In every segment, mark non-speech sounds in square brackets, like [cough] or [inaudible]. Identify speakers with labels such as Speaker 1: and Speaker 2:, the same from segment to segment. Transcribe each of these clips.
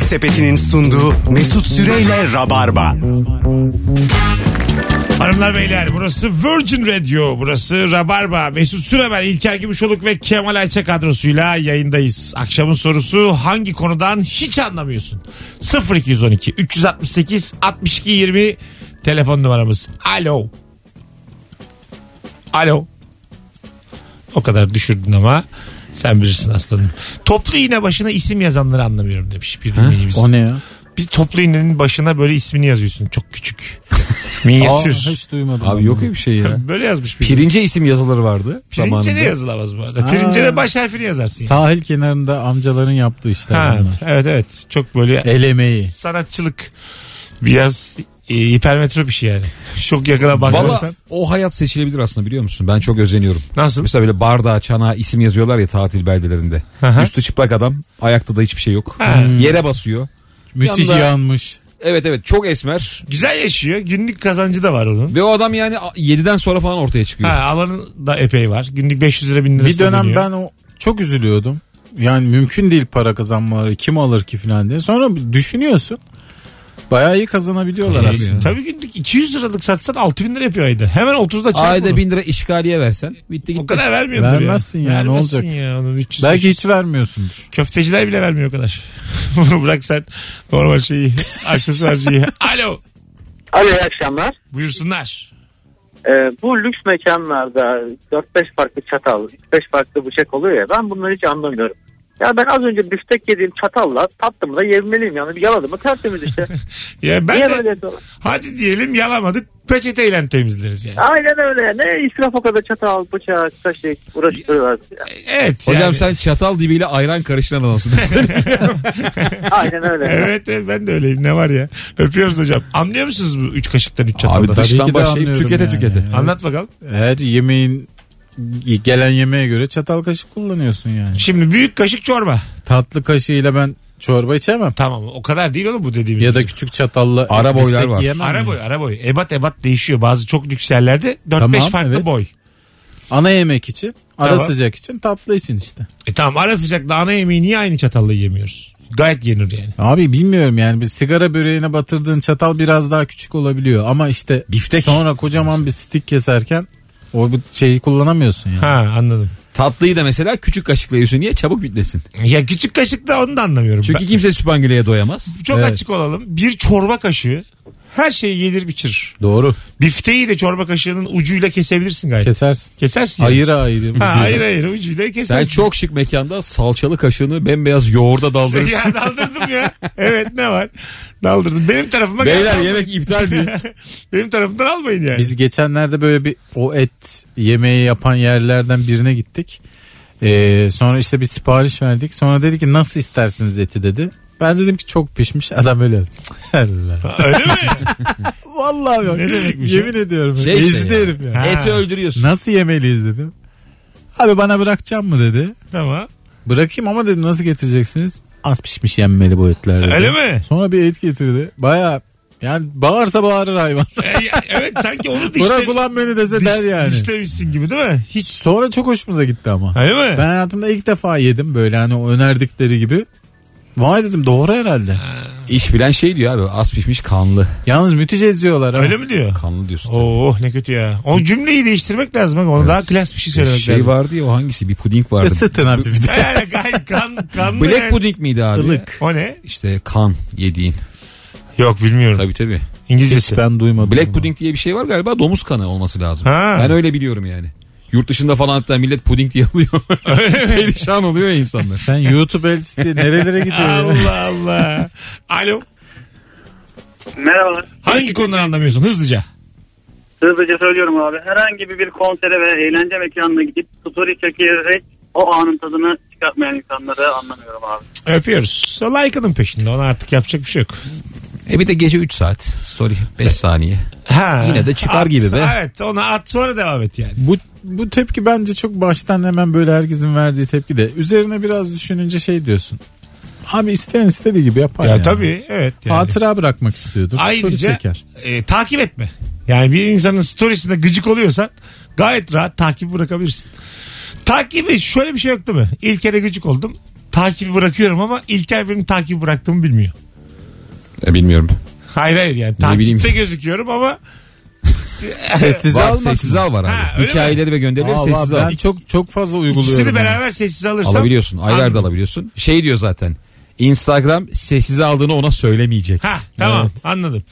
Speaker 1: Sepeti'nin sunduğu Mesut Süreyle Rabarba.
Speaker 2: Hanımlar beyler burası Virgin Radio burası Rabarba Mesut Süremen İlker Gümüşoluk ve Kemal Ayça kadrosuyla yayındayız. Akşamın sorusu hangi konudan hiç anlamıyorsun? 0212 368 62 20 telefon numaramız. Alo. Alo. O kadar düşürdün ama sen bilirsin aslanım. Toplu iğne başına isim yazanları anlamıyorum demiş bir dinleyicimiz.
Speaker 3: O ne ya?
Speaker 2: Bir toplu iğnenin başına böyle ismini yazıyorsun çok küçük. [laughs] Minyatür.
Speaker 3: Aa, hiç duymadım.
Speaker 4: Abi yok ya bir şey
Speaker 2: [laughs]
Speaker 3: Ee,
Speaker 4: ya.
Speaker 2: Böyle yazmış bir.
Speaker 4: Pirince isim yazıları vardı
Speaker 2: Pirince
Speaker 4: zamanında.
Speaker 2: de yazılamaz bu arada. Pirince de baş harfini yazarsın. yani.
Speaker 3: Sahil kenarında amcaların yaptığı işler
Speaker 2: Ha,
Speaker 3: bunlar.
Speaker 2: evet evet. Çok böyle
Speaker 3: El emeği.
Speaker 2: sanatçılık biraz e, hipermetrop işi yani. Çok yakına
Speaker 4: Valla
Speaker 2: bakmaktan.
Speaker 4: o hayat seçilebilir aslında biliyor musun? Ben çok özeniyorum.
Speaker 2: Nasıl?
Speaker 4: Mesela böyle bardağa çanağa isim yazıyorlar ya tatil beldelerinde.
Speaker 2: Aha.
Speaker 4: Üstü çıplak adam ayakta da hiçbir şey yok. Yere basıyor.
Speaker 3: Müthiş
Speaker 4: Yanda-
Speaker 3: yanmış.
Speaker 4: Evet evet çok esmer.
Speaker 2: Güzel yaşıyor. Günlük kazancı da var onun.
Speaker 4: Ve o adam yani 7'den sonra falan ortaya çıkıyor.
Speaker 2: Ha, alanın da epey var. Günlük 500 lira 1000 lira.
Speaker 3: Bir dönem ben o çok üzülüyordum. Yani mümkün değil para kazanmaları kim alır ki falan diye. Sonra bir düşünüyorsun. Bayağı iyi kazanabiliyorlar
Speaker 4: Tabii
Speaker 3: aslında.
Speaker 4: ya.
Speaker 2: Tabii günlük 200 liralık satsan 6000 lira yapıyor ayda. Hemen 30'da çıkar
Speaker 4: Ayda
Speaker 2: bunu.
Speaker 4: 1000 lira işgaliye versen bitti gitti.
Speaker 2: O kadar vermiyordur ya.
Speaker 3: Vermezsin ya, ne
Speaker 2: Vermezsin
Speaker 3: olacak?
Speaker 2: ya onun 300
Speaker 3: Belki hiç vermiyorsundur.
Speaker 2: Köfteciler bile vermiyor o kadar. [laughs] Bunu bırak sen normal şeyi,
Speaker 3: [laughs]
Speaker 2: aksesuarcıyı. Alo,
Speaker 5: Alo iyi akşamlar.
Speaker 2: buyursunlar.
Speaker 5: Ee, bu lüks mekanlarda 4-5 farklı çatal, 3-5 farklı bıçak oluyor ya ben bunları hiç anlamıyorum. Ya ben az önce biftek yediğim çatalla tatlımı da yemeliyim yani bir yaladım mı tertemiz işte.
Speaker 2: Ya [laughs] ben
Speaker 5: Niye
Speaker 2: de
Speaker 5: böyle yapıyorlar?
Speaker 2: hadi diyelim yalamadık peçeteyle temizleriz yani.
Speaker 5: Aynen öyle. Ne israf o kadar çatal, bıçak, kaşık
Speaker 2: [laughs]
Speaker 5: uğraştırıyorlar.
Speaker 2: Evet
Speaker 4: Hocam
Speaker 2: yani.
Speaker 4: sen çatal dibiyle ayran
Speaker 2: [laughs]
Speaker 4: karıştıran adamsın.
Speaker 5: Aynen öyle.
Speaker 2: Evet evet, ben de öyleyim ne var ya. Öpüyoruz hocam. Anlıyor musunuz bu 3 kaşıktan 3
Speaker 4: Abi
Speaker 2: çataldan?
Speaker 3: tabii ki
Speaker 4: dıştan
Speaker 3: de
Speaker 4: başlayıp
Speaker 3: anlıyorum
Speaker 4: tükete
Speaker 3: yani.
Speaker 4: tükete.
Speaker 2: Anlat bakalım.
Speaker 3: Her yemeğin gelen yemeğe göre çatal kaşık kullanıyorsun yani.
Speaker 2: Şimdi büyük kaşık çorba.
Speaker 3: Tatlı kaşığıyla ben çorba içemem.
Speaker 2: Tamam o kadar değil oğlum bu dediğimiz.
Speaker 3: Ya da küçük çatalla
Speaker 4: Ara boylar
Speaker 3: biftek
Speaker 4: var.
Speaker 3: yiyemem
Speaker 2: Ara
Speaker 3: yani.
Speaker 2: boy, ara boy. Ebat ebat değişiyor. Bazı çok lüks yerlerde 4-5
Speaker 3: Tamam,
Speaker 2: farklı
Speaker 3: evet.
Speaker 2: boy.
Speaker 3: Ana yemek için, ara
Speaker 2: Tamam.
Speaker 3: sıcak için, tatlı için işte.
Speaker 2: E tamam ara sıcak da ana yemeği niye aynı çatalla yemiyoruz? Gayet yenir yani.
Speaker 3: Abi bilmiyorum yani bir sigara böreğine batırdığın çatal biraz daha küçük olabiliyor ama işte
Speaker 4: Biftek.
Speaker 3: sonra kocaman bir stik keserken o bu şeyi kullanamıyorsun yani.
Speaker 2: Ha anladım.
Speaker 4: Tatlıyı da mesela küçük kaşıkla yiyorsun. Niye? Çabuk bitlesin.
Speaker 2: Ya küçük kaşıkla onu da anlamıyorum.
Speaker 4: Çünkü
Speaker 2: Ben-
Speaker 4: kimse süpangüleye doyamaz.
Speaker 2: çok
Speaker 3: Evet.
Speaker 2: açık olalım. Bir çorba kaşığı her şeyi yedir biçir.
Speaker 3: Doğru.
Speaker 2: Bifteyi de çorba kaşığının ucuyla kesebilirsin gayet.
Speaker 3: Kesersin.
Speaker 2: Kesersin. ya.
Speaker 3: Ayıra ayır.
Speaker 2: Ha, hayır hayır ucuyla kesersin.
Speaker 4: Sen çok şık mekanda salçalı kaşığını bembeyaz yoğurda daldırırsın.
Speaker 2: [laughs] Ya daldırdım ya. Evet ne var? Daldırdım. Benim tarafıma
Speaker 4: Beyler
Speaker 2: gel-
Speaker 4: yemek iptal diye.
Speaker 2: [laughs] Benim tarafımdan almayın yani.
Speaker 3: Biz geçenlerde böyle bir o et yemeği yapan yerlerden birine gittik. Ee, sonra işte bir sipariş verdik. Sonra dedi ki nasıl istersiniz eti dedi. Ben dedim ki çok pişmiş. Adam öyle. Allah.
Speaker 2: Öyle mi?
Speaker 3: Vallahi bak.
Speaker 2: Ne demekmiş
Speaker 3: Yemin ediyorum.
Speaker 4: Şey
Speaker 3: Ezdi
Speaker 4: işte yani.
Speaker 3: herif ya.
Speaker 2: Ha.
Speaker 4: Eti öldürüyorsun.
Speaker 3: Nasıl yemeliyiz dedim. Abi bana bırakacak mı dedi.
Speaker 2: tamam.
Speaker 3: Bırakayım ama dedim nasıl getireceksiniz? Az pişmiş yenmeli bu etler dedi.
Speaker 2: Öyle
Speaker 3: [laughs]
Speaker 2: mi?
Speaker 3: Sonra bir et getirdi. Baya yani bağırsa
Speaker 2: [laughs]
Speaker 3: bağırır hayvan.
Speaker 2: E, ya, evet sanki onu dişle,
Speaker 3: Bırak ulan beni dese
Speaker 2: diş-
Speaker 3: der yani.
Speaker 2: dişlemişsin gibi değil mi? Hiç.
Speaker 3: Sonra çok hoşumuza gitti ama.
Speaker 2: Öyle mi?
Speaker 3: Ben hayatımda ilk defa yedim böyle hani o önerdikleri gibi. Vay dedim doğru herhalde.
Speaker 4: İş bilen şey diyor abi az pişmiş kanlı.
Speaker 3: Yalnız müthiş eziyorlar ama.
Speaker 2: Öyle mi diyor?
Speaker 4: Kanlı diyorsun.
Speaker 2: Oh ne kötü ya. O cümleyi değiştirmek lazım. bak. Ona daha klas bir şey söylemek
Speaker 4: şey
Speaker 2: lazım.
Speaker 4: vardı ya o hangisi bir puding vardı.
Speaker 3: Isıtın hafif de.
Speaker 2: Yani kan, kan, kanlı
Speaker 4: Black
Speaker 2: yani.
Speaker 4: puding miydi abi?
Speaker 2: O ne?
Speaker 4: İşte kan yediğin.
Speaker 2: Yok bilmiyorum.
Speaker 4: Tabii tabii.
Speaker 2: İngilizcesi. [laughs]
Speaker 3: Hiç ben duymadım.
Speaker 4: Black
Speaker 3: bunu.
Speaker 4: puding diye bir şey var galiba domuz kanı olması lazım.
Speaker 2: Ha.
Speaker 4: Ben öyle biliyorum yani. Yurt dışında falan hatta millet puding diye alıyor. [laughs] şey Perişan oluyor ya insanlar.
Speaker 3: Sen YouTube elçisi diye
Speaker 2: [laughs]
Speaker 3: nerelere gidiyorsun?
Speaker 2: Allah Allah. Alo.
Speaker 6: Merhabalar.
Speaker 2: Hangi konuları anlamıyorsun hızlıca?
Speaker 6: Hızlıca söylüyorum abi. Herhangi bir, bir konsere ve eğlence mekanına gidip story çekerek o anın tadını çıkartmayan insanları anlamıyorum abi.
Speaker 2: Öpüyoruz. Like'ının peşinde. Ona artık yapacak bir şey yok.
Speaker 4: E bir de gece 3 saat. Story 5 saniye.
Speaker 2: Ha.
Speaker 4: Yine de çıkar
Speaker 2: At-
Speaker 4: gibi be.
Speaker 2: Evet ona at sonra devam et yani.
Speaker 3: Bu bu tepki bence çok baştan hemen böyle herkesin verdiği tepki de. Üzerine biraz düşününce şey diyorsun. Abi isteyen istediği gibi yapar.
Speaker 2: Ya
Speaker 3: yani.
Speaker 2: tabii evet yani.
Speaker 3: Hatıra bırakmak istiyordur. Story
Speaker 2: Ayrıca [laughs]
Speaker 3: çeker.
Speaker 2: e, takip etme. Yani bir insanın storiesinde gıcık oluyorsan gayet rahat takip bırakabilirsin. Takibi şöyle bir şey yok değil mi? İlk kere gıcık oldum. takibi bırakıyorum ama İlker benim takibi bıraktığımı bilmiyor.
Speaker 4: E, bilmiyorum.
Speaker 2: Hayır hayır yani takipte
Speaker 4: bileyim.
Speaker 2: gözüküyorum ama
Speaker 3: Sessize
Speaker 4: Var,
Speaker 3: almak.
Speaker 4: sessize al var abi.
Speaker 2: Ha, öyle mi?
Speaker 4: Hikayeleri ve gönderileri
Speaker 3: Vallahi
Speaker 4: sessize al.
Speaker 3: ben çok çok fazla
Speaker 2: ikisini
Speaker 3: uyguluyorum.
Speaker 2: beraber sessiz alırsam
Speaker 4: Alabiliyorsun. Aylar da
Speaker 2: Anladım.
Speaker 4: alabiliyorsun. Şey diyor zaten. Instagram sessize aldığını ona söylemeyecek.
Speaker 2: Ha tamam anladım.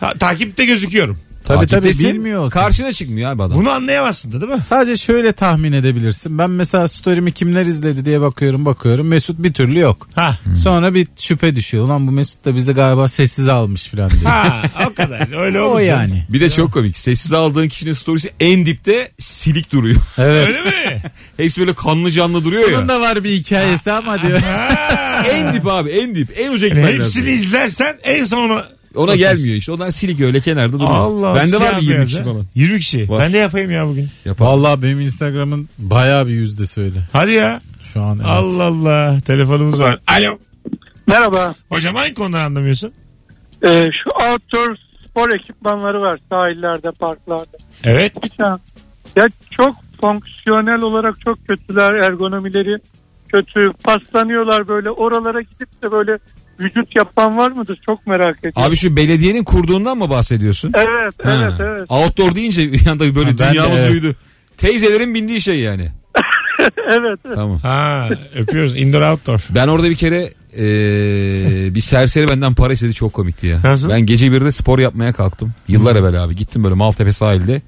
Speaker 2: Ha, takipte gözüküyorum.
Speaker 3: Tabii tabii
Speaker 4: Takiptesin,
Speaker 3: bilmiyor.
Speaker 4: Karşına çıkmıyor abi adam.
Speaker 2: Bunu anlayamazsın da değil mi?
Speaker 3: Sadece şöyle tahmin edebilirsin. Ben mesela story'mi kimler izledi diye bakıyorum bakıyorum. Mesut bir türlü yok.
Speaker 2: Ha.
Speaker 3: Sonra bir şüphe düşüyor. Ulan bu Mesut da bizi galiba sessize almış
Speaker 2: [laughs]
Speaker 3: falan diye.
Speaker 2: Ha o kadar.
Speaker 4: [laughs]
Speaker 2: Öyle
Speaker 3: o
Speaker 2: olmuyor.
Speaker 3: yani.
Speaker 4: Bir de çok komik. Sessize aldığın kişinin storiesi en dipte silik duruyor. [laughs]
Speaker 3: Evet.
Speaker 2: Öyle mi?
Speaker 4: Hepsi böyle kanlı canlı duruyor
Speaker 3: Bunun
Speaker 4: ya.
Speaker 3: da var bir hikayesi ama diyor.
Speaker 4: en dip abi en dip. En uca
Speaker 2: Yani
Speaker 4: gitmen lazım.
Speaker 2: hepsini izlersen en sona
Speaker 4: Ona gelmiyor işte. Ondan silik öyle kenarda duruyor.
Speaker 2: Allah
Speaker 4: Bende var
Speaker 2: siyah
Speaker 4: bir 20
Speaker 2: beyaz
Speaker 4: kişi
Speaker 2: ha.
Speaker 4: falan.
Speaker 2: 20 kişi.
Speaker 4: Var.
Speaker 2: Ben de yapayım ya bugün.
Speaker 4: Yapar.
Speaker 3: Vallahi benim Instagram'ın bayağı bir yüzde söyle.
Speaker 2: Hadi ya.
Speaker 3: Şu an evet.
Speaker 2: Allah Allah. Telefonumuz var. Alo.
Speaker 5: Merhaba.
Speaker 2: Hocam hangi konudan anlamıyorsun?
Speaker 5: Ee, şu outdoor spor ekipmanları var sahillerde, parklarda.
Speaker 2: Evet.
Speaker 5: Bir tane. Ya çok fonksiyonel olarak çok kötüler ergonomileri kötü. Paslanıyorlar böyle oralara gidip de böyle vücut yapan var mıdır? Çok merak ediyorum.
Speaker 4: Abi şu belediyenin kurduğundan mı bahsediyorsun?
Speaker 5: Evet,
Speaker 4: Ha.
Speaker 5: evet, evet.
Speaker 4: Outdoor deyince [laughs] bir anda böyle
Speaker 3: Ha, ben de,
Speaker 4: dünyamız
Speaker 3: evet.
Speaker 4: büyüdü. Teyzelerin bindiği
Speaker 2: [laughs]
Speaker 4: şey yani.
Speaker 5: evet.
Speaker 4: Tamam.
Speaker 2: Ha öpüyoruz. Indoor outdoor.
Speaker 4: Ben orada bir kere eee, bir serseri benden para istedi çok komikti ya.
Speaker 2: Nasıl?
Speaker 4: Ben gece birde spor yapmaya kalktım. Yıllar evvel abi gittim böyle Maltepe sahilde.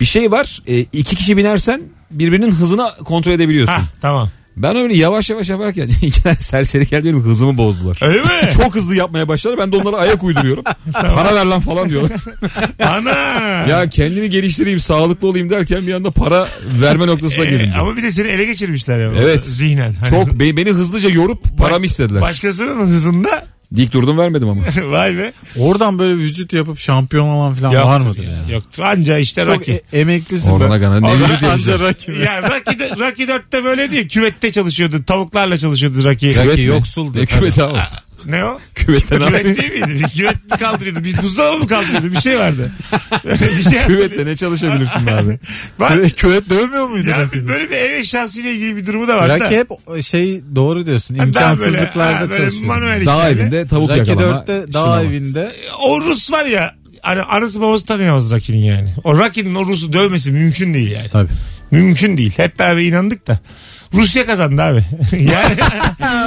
Speaker 4: Bir şey var e, iki kişi binersen birbirinin hızını kontrol edebiliyorsun.
Speaker 2: Ha tamam.
Speaker 4: Ben öyle yavaş yavaş yaparken [laughs] iki tane serseri geldi benim hızımı bozdular.
Speaker 2: Öyle
Speaker 4: [laughs]
Speaker 2: mi?
Speaker 4: Çok hızlı yapmaya başladı ben de onlara
Speaker 2: [laughs]
Speaker 4: ayak uyduruyorum. para ver lan falan diyorlar.
Speaker 2: Ana.
Speaker 4: ya kendimi geliştireyim sağlıklı olayım derken bir anda para verme noktasına
Speaker 2: Ee,
Speaker 4: geldim.
Speaker 2: ama bir de seni ele geçirmişler ya.
Speaker 4: Evet.
Speaker 2: Zihnen. Hani
Speaker 4: Çok be- beni hızlıca yorup paramı istediler.
Speaker 2: Başkasının hızında [laughs]
Speaker 4: Dik durdum vermedim ama.
Speaker 2: vay be.
Speaker 3: Oradan böyle vücut yapıp şampiyon olan falan var
Speaker 2: Yoktur
Speaker 3: mıdır
Speaker 2: ya.
Speaker 3: ya?
Speaker 2: Yoktur. Anca işte
Speaker 3: Çok
Speaker 2: Rocky.
Speaker 3: e- emeklisin.
Speaker 4: Orana
Speaker 3: be.
Speaker 4: gana ne
Speaker 3: Orhan
Speaker 4: vücut
Speaker 3: Anca
Speaker 4: yapacak.
Speaker 3: rakibi.
Speaker 2: ya Rocky, de- Rocky 4'te böyle değil. Küvette çalışıyordu. Tavuklarla çalışıyordu Rocky.
Speaker 3: Rocky
Speaker 4: mi?
Speaker 3: yoksuldu.
Speaker 4: E, küvet abi.
Speaker 2: ne
Speaker 3: [laughs]
Speaker 2: o?
Speaker 4: Küvetten abi.
Speaker 2: Küvet değil miydi? Küvet mi kaldırıyordu? Bir buzdolabı mı kaldırıyordu? Bir şey
Speaker 3: [laughs]
Speaker 2: vardı. bir şey
Speaker 4: Küvette ne çalışabilirsin be abi?
Speaker 2: Var.
Speaker 3: Küvet dövmüyor muydu? [laughs]
Speaker 2: Ya
Speaker 3: rakibi?
Speaker 2: bir- böyle bir ev eşyasıyla ilgili bir durumu da var da.
Speaker 3: Raki hep şey doğru diyorsun.
Speaker 2: Ha, daha böyle-
Speaker 3: İmkansızlıklarda
Speaker 2: ha, böyle
Speaker 3: çalışıyor.
Speaker 2: manuel
Speaker 4: Dağ
Speaker 2: işlerle.
Speaker 4: evinde tavuk
Speaker 3: Raki
Speaker 4: yakalama.
Speaker 3: 4'te dağ
Speaker 4: şınlama.
Speaker 3: evinde
Speaker 2: O Rus var ya. Hani anası babası tanıyamaz Raki'nin yani. O Raki'nin o Rus'u dövmesi mümkün değil yani.
Speaker 3: Tabii.
Speaker 2: Mümkün değil. Hep beraber inandık da. Rusya kazandı abi. [laughs]
Speaker 3: [laughs]
Speaker 2: yani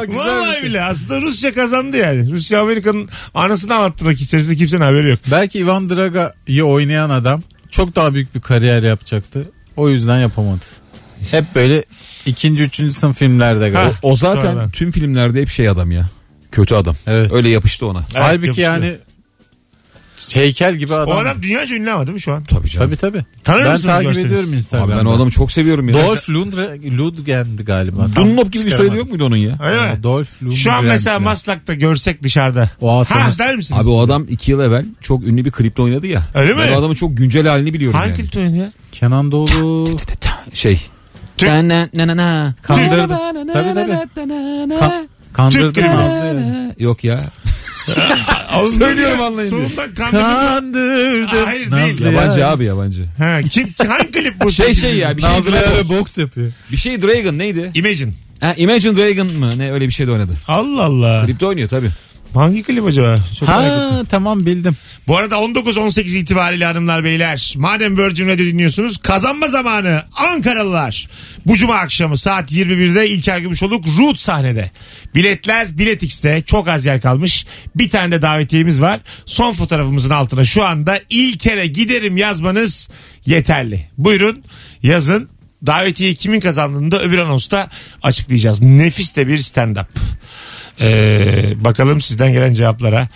Speaker 3: şey.
Speaker 2: vallahi bile aslında Rusya kazandı yani. Rusya Amerika'nın anasını anlattı Raki içerisinde kimsenin haberi yok.
Speaker 3: Belki Ivan Draga'yı oynayan adam çok daha büyük bir kariyer yapacaktı. O yüzden yapamadı. Hep böyle ikinci, üçüncü sınıf filmlerde
Speaker 2: Ha.
Speaker 3: galiba.
Speaker 4: O zaten
Speaker 2: Sonradan.
Speaker 4: tüm filmlerde hep şey adam ya. Kötü adam.
Speaker 3: Evet.
Speaker 4: Öyle yapıştı ona.
Speaker 2: Evet,
Speaker 3: Halbuki
Speaker 2: yapışıyor.
Speaker 3: yani heykel gibi adam.
Speaker 2: O adam dünyaca ünlü ama değil mi şu an?
Speaker 4: Tabii canım.
Speaker 3: Tabii tabii.
Speaker 2: Tanır
Speaker 3: ben
Speaker 2: mısınız
Speaker 3: takip
Speaker 2: görseniz?
Speaker 3: ediyorum
Speaker 4: Abi
Speaker 3: Instagram'da.
Speaker 4: ben o adamı çok seviyorum ya.
Speaker 3: Dolph Lundgren, Lundgren'di galiba. Tam
Speaker 4: Dunlop gibi bir
Speaker 3: çıkaramadım.
Speaker 4: soyadı yok muydu onun ya?
Speaker 2: Öyle mi?
Speaker 3: Ha, Dolph Lundgren.
Speaker 2: Şu an mesela
Speaker 3: falan.
Speaker 2: Maslak'ta görsek dışarıda.
Speaker 3: O
Speaker 2: Ha
Speaker 3: atamız.
Speaker 2: der misiniz?
Speaker 4: Abi o adam iki yıl evvel çok ünlü bir klipte oynadı ya.
Speaker 2: Öyle mi?
Speaker 4: Ben o adamın çok güncel halini biliyorum
Speaker 2: Hangi
Speaker 4: yani.
Speaker 2: klipte oynadı ya?
Speaker 3: Kenan Doğulu
Speaker 4: Şey.
Speaker 2: Türk-
Speaker 4: Na na na na na.
Speaker 3: Kandırdı.
Speaker 4: Na na na
Speaker 3: Tabii, tabii.
Speaker 4: na na na.
Speaker 3: Ka- kandırdı
Speaker 2: Türk gibi.
Speaker 3: Nazlı yani.
Speaker 4: Yok ya.
Speaker 2: Söylüyorum anlayın. Sonunda kandırdım.
Speaker 3: Kandırdı.
Speaker 2: Hayır, değil.
Speaker 3: Nazlı
Speaker 4: Yabancı
Speaker 3: ya.
Speaker 4: abi yabancı.
Speaker 2: Ha, kim, hangi klip bu?
Speaker 4: Şey şey ya bir şey
Speaker 3: Nazlı
Speaker 4: Dragon.
Speaker 3: Yara boks yapıyor.
Speaker 4: Bir şey Dragon neydi?
Speaker 2: Imagine.
Speaker 4: Ha, Imagine Dragon mı? Ne öyle bir şey de oynadı.
Speaker 2: Allah Allah.
Speaker 4: Klipte oynuyor tabii.
Speaker 2: Hangi klip acaba? Çok merak ettim.
Speaker 3: Ha tamam bildim.
Speaker 2: Bu arada 19-18 itibariyle hanımlar beyler. Madem Virgin Radio dinliyorsunuz kazanma zamanı Ankaralılar. Bu cuma akşamı saat 21'de İlker Gümüşoluk Root sahnede. Biletler Bilet X'te çok az yer kalmış. Bir tane de davetiyemiz var. Son fotoğrafımızın altına şu anda İlker'e giderim yazmanız yeterli. Buyurun yazın. Davetiye kimin kazandığını da öbür anonsta açıklayacağız. Nefis de bir stand-up. Ee, bakalım sizden gelen cevaplara.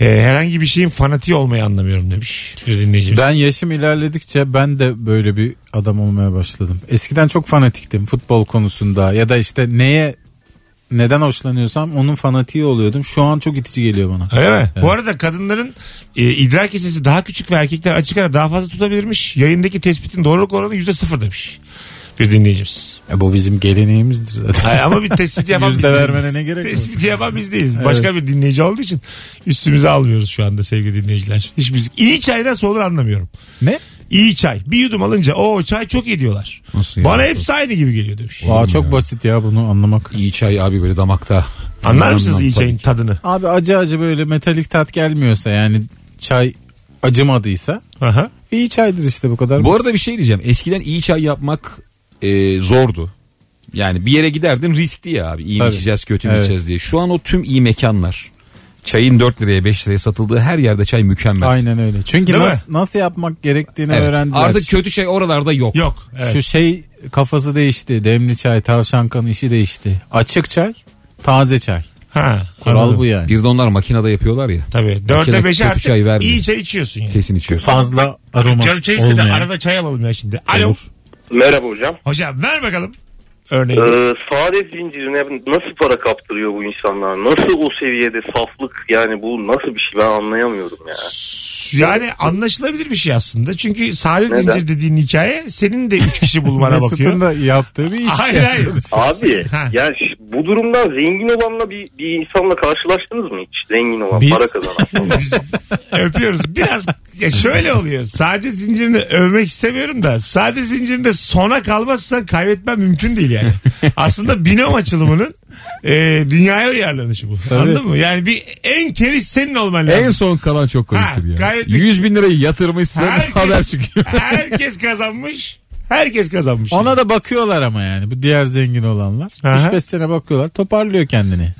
Speaker 2: Ee, herhangi bir şeyin fanatiği olmayı anlamıyorum demiş bir dinleyicimiz.
Speaker 3: Ben yaşım ilerledikçe ben de böyle bir adam olmaya başladım. Eskiden çok fanatiktim futbol konusunda ya da işte neye neden hoşlanıyorsam onun fanatiği oluyordum. Şu an çok itici geliyor bana.
Speaker 2: Öyle mi? Bu arada kadınların e, idrar kesesi daha küçük ve erkekler açık ara daha fazla tutabilirmiş. Yayındaki tespitin doğruluk oranı yüzde sıfır demiş bir dinleyicimiz.
Speaker 3: E, bu bizim geleneğimizdir zaten.
Speaker 2: [laughs] Ay, ama bir tespit yapan
Speaker 3: Yüzde
Speaker 2: biz değiliz.
Speaker 3: vermene ne gerek var?
Speaker 2: Tespiti yapan biz değiliz. Başka bir dinleyici olduğu için üstümüze almıyoruz şu anda sevgili dinleyiciler. Hiçbir iyi çay nasıl olur anlamıyorum.
Speaker 3: ne?
Speaker 2: İyi çay. Bir yudum alınca o çay çok iyi diyorlar.
Speaker 4: Nasıl
Speaker 2: Bana hepsi aynı gibi şey. geliyor demiş.
Speaker 3: Aa, çok basit ya bunu anlamak.
Speaker 4: İyi çay abi böyle damakta.
Speaker 2: Anlar mısınız
Speaker 4: Anlam-
Speaker 2: iyi çayın tadını?
Speaker 3: Abi acı acı böyle metalik tat gelmiyorsa yani çay acımadıysa
Speaker 2: Aha.
Speaker 3: iyi çaydır işte bu kadar.
Speaker 4: Bu
Speaker 3: basit.
Speaker 4: arada bir şey diyeceğim. Eskiden iyi çay yapmak e, zordu. Yani bir yere giderdin riskli ya abi. İyi mi
Speaker 3: Tabii.
Speaker 4: içeceğiz kötü mü
Speaker 3: Evet.
Speaker 4: içeceğiz diye. Şu an o tüm iyi mekanlar. Çayın 4 liraya 5 liraya satıldığı her yerde çay mükemmel.
Speaker 3: Aynen öyle. Çünkü
Speaker 2: Değil
Speaker 3: nasıl, nasıl yapmak gerektiğini
Speaker 4: Evet.
Speaker 3: öğrendiler.
Speaker 4: Artık kötü şey oralarda yok.
Speaker 2: Yok. Evet.
Speaker 3: Şu şey kafası değişti. Demli çay, tavşan kanı işi değişti. Açık çay, taze çay.
Speaker 2: Ha,
Speaker 3: Kural
Speaker 2: anladım.
Speaker 3: bu yani.
Speaker 4: Bir de onlar makinede yapıyorlar ya.
Speaker 2: Tabii. Dörde
Speaker 4: Makine
Speaker 2: beşe
Speaker 4: kötü
Speaker 2: artık
Speaker 4: çay vermiyor.
Speaker 2: iyi çay içiyorsun yani.
Speaker 4: Kesin içiyorsun.
Speaker 3: Fazla aroması
Speaker 2: Canım çay istedi.
Speaker 3: olmayan.
Speaker 2: Arada çay alalım ya şimdi. Alo.
Speaker 3: Olur.
Speaker 7: Merhaba hocam.
Speaker 2: Hocam ver bakalım. Örneğin.
Speaker 7: Ee, sade zincirine nasıl para kaptırıyor bu insanlar? Nasıl o seviyede saflık yani bu nasıl bir şey ben anlayamıyorum ya.
Speaker 2: Yani anlaşılabilir bir şey aslında. Çünkü sade
Speaker 7: Neden?
Speaker 2: zincir dediğin hikaye senin de üç kişi
Speaker 4: [laughs]
Speaker 2: bulmana bakıyor.
Speaker 3: Mesut'un da yaptığı bir iş.
Speaker 2: Hayır hayır.
Speaker 7: Abi
Speaker 2: Ha.
Speaker 7: yani ş- bu durumda zengin olanla bir, bir insanla karşılaştınız mı hiç? Zengin olan
Speaker 3: Biz-
Speaker 7: para kazanan.
Speaker 2: Biz [laughs] öpüyoruz. Biraz ya şöyle oluyor. Sade zincirini övmek istemiyorum da sade zincirinde sona kalmazsa kaybetmem mümkün değil yani. Aslında binom açılımının e, dünyaya uyarlanışı bu. Anladın mı? Yani bir en keriz senin olman lazım.
Speaker 4: En son kalan çok
Speaker 2: Ha,
Speaker 4: komiktir ya.
Speaker 2: gayet-
Speaker 4: 100 bin lirayı yatırmışsın
Speaker 2: Herkes-
Speaker 4: haber çıkıyor.
Speaker 2: Herkes kazanmış. Herkes kazanmış.
Speaker 3: Ona da bakıyorlar ama yani bu diğer zengin olanlar.
Speaker 2: Aha.
Speaker 3: 3-5 sene bakıyorlar toparlıyor [laughs] kendini.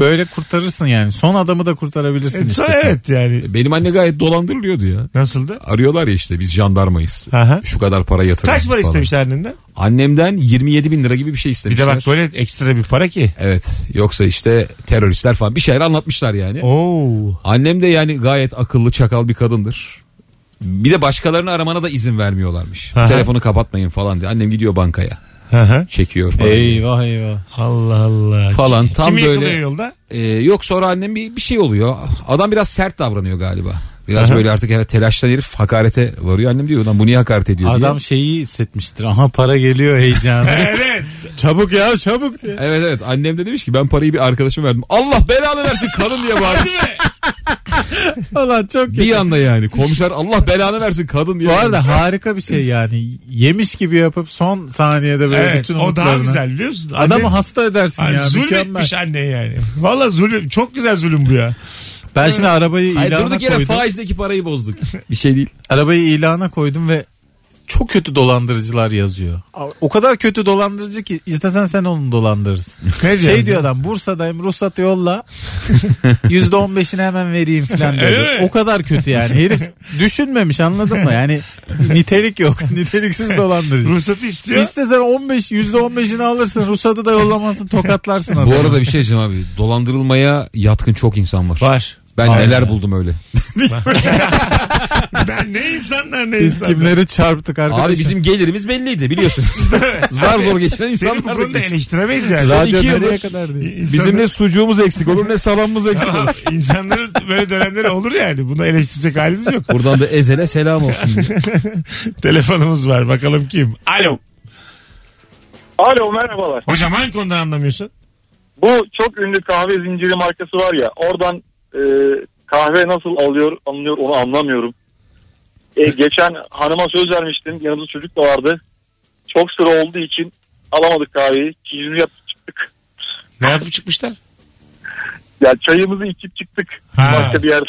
Speaker 3: Böyle kurtarırsın yani. Son adamı da kurtarabilirsin
Speaker 2: E,
Speaker 3: işte.
Speaker 2: so-
Speaker 3: sen.
Speaker 2: evet yani.
Speaker 4: Benim anne gayet dolandırılıyordu ya.
Speaker 2: Nasıldı?
Speaker 4: Arıyorlar ya işte biz jandarmayız.
Speaker 2: Aha.
Speaker 4: Şu kadar para yatırın.
Speaker 2: Kaç para
Speaker 4: falan.
Speaker 2: istemişler annenden?
Speaker 4: Annemden 27 bin lira gibi bir şey
Speaker 2: Bir
Speaker 4: istemişler.
Speaker 2: de bak böyle ekstra bir para ki.
Speaker 4: Evet yoksa işte teröristler falan bir şeyler anlatmışlar yani.
Speaker 2: Oo.
Speaker 4: Annem de yani gayet akıllı çakal bir kadındır. Bir de başkalarını aramana da izin vermiyorlarmış.
Speaker 2: Aha.
Speaker 4: Telefonu kapatmayın falan diye. Annem gidiyor bankaya.
Speaker 2: Hı hı.
Speaker 4: Çekiyor falan.
Speaker 3: Eyvah eyvah.
Speaker 2: Allah Allah.
Speaker 4: Falan, tam
Speaker 2: Kimi yakalıyor
Speaker 4: böyle-
Speaker 2: yolda?
Speaker 4: Ee, yok sonra annem bir, bir şey oluyor. Adam biraz sert davranıyor galiba. Biraz böyle artık yani telaştan herif hakarete varıyor. Annem diyor lan bu niye hakaret ediyor diye.
Speaker 3: Adam şeyi hissetmiştir. Aha para geliyor [laughs] heyecanı.
Speaker 2: Evet.
Speaker 3: çabuk ya çabuk diye.
Speaker 4: Evet evet annem de demiş ki ben parayı bir arkadaşıma verdim. Allah belanı versin kadın diye bağırmış.
Speaker 3: Falan çok
Speaker 4: bir anda yani komiser Allah belanı versin kadın diye.
Speaker 3: Bu arada
Speaker 4: bağırmış.
Speaker 3: harika bir şey yani. Yemiş gibi yapıp son saniyede böyle
Speaker 2: evet.
Speaker 3: bütün
Speaker 2: O daha
Speaker 3: umutlarını-
Speaker 2: güzel biliyor musun?
Speaker 3: Adamı
Speaker 2: Anne-
Speaker 3: hasta edersin
Speaker 2: Ay,
Speaker 3: ya. Mükemmel.
Speaker 2: zulmetmiş anne yani. Valla zulüm. Çok güzel zulüm bu ya.
Speaker 3: Ben şimdi arabayı
Speaker 4: Hayır,
Speaker 3: ilana
Speaker 4: durduk yere
Speaker 3: koydum.
Speaker 4: faizdeki parayı bozduk. Bir şey değil.
Speaker 3: Arabayı ilana koydum ve çok kötü dolandırıcılar yazıyor. O kadar kötü dolandırıcı ki istesen sen onu dolandırırsın.
Speaker 2: Ne
Speaker 3: Şey
Speaker 2: diyorsun?
Speaker 3: diyor adam Bursa'dayım ruhsat yolla [laughs] %15'ini hemen vereyim falan
Speaker 2: Öyle
Speaker 3: diyor.
Speaker 2: mi?
Speaker 3: O kadar kötü yani herif düşünmemiş anladın mı? Yani nitelik yok [laughs] niteliksiz dolandırıcı.
Speaker 2: Ruhsatı istiyor.
Speaker 3: İstesen 15 %15'ini alırsın ruhsatı da yollamazsın tokatlarsın adamı.
Speaker 4: Bu arada bir şey diyeceğim abi. Dolandırılmaya yatkın çok insan var.
Speaker 2: Var.
Speaker 4: Ben
Speaker 3: Aynen.
Speaker 4: neler buldum öyle.
Speaker 2: Ben ne insanlar ne
Speaker 3: biz
Speaker 2: insanlar.
Speaker 3: kimleri çarptık arkadaşlar.
Speaker 4: Abi bizim gelirimiz belliydi biliyorsunuz. Zar zor geçen
Speaker 2: Seni bu
Speaker 4: insanlardık
Speaker 2: konuda
Speaker 4: biz.
Speaker 2: eleştiremeyiz yani.
Speaker 4: Zaten-
Speaker 3: radyo
Speaker 4: iki yıldır-
Speaker 3: nereye kadar diye.
Speaker 2: [laughs]
Speaker 4: Bizim ne sucuğumuz eksik olur ne salamımız eksik olur.
Speaker 2: İnsanların- İnsanların böyle dönemleri olur yani. Bunu eleştirecek halimiz yok.
Speaker 4: Buradan da Ezel'e selam olsun.
Speaker 2: Telefonumuz var. Bakalım kim? Alo.
Speaker 5: Alo merhabalar.
Speaker 2: Hocam hangi konudan anlamıyorsun?
Speaker 5: Bu çok ünlü kahve zinciri markası var ya oradan e, kahve nasıl alıyor anlıyor onu anlamıyorum. E, geçen hanıma söz vermiştim yanımızda çocuk da vardı. Çok sıra olduğu için alamadık kahveyi. Çizimi yapıp çıktık.
Speaker 2: Ne yapıp çıkmışlar?
Speaker 5: Ya çayımızı içip çıktık
Speaker 2: Ha.
Speaker 5: başka bir yerde.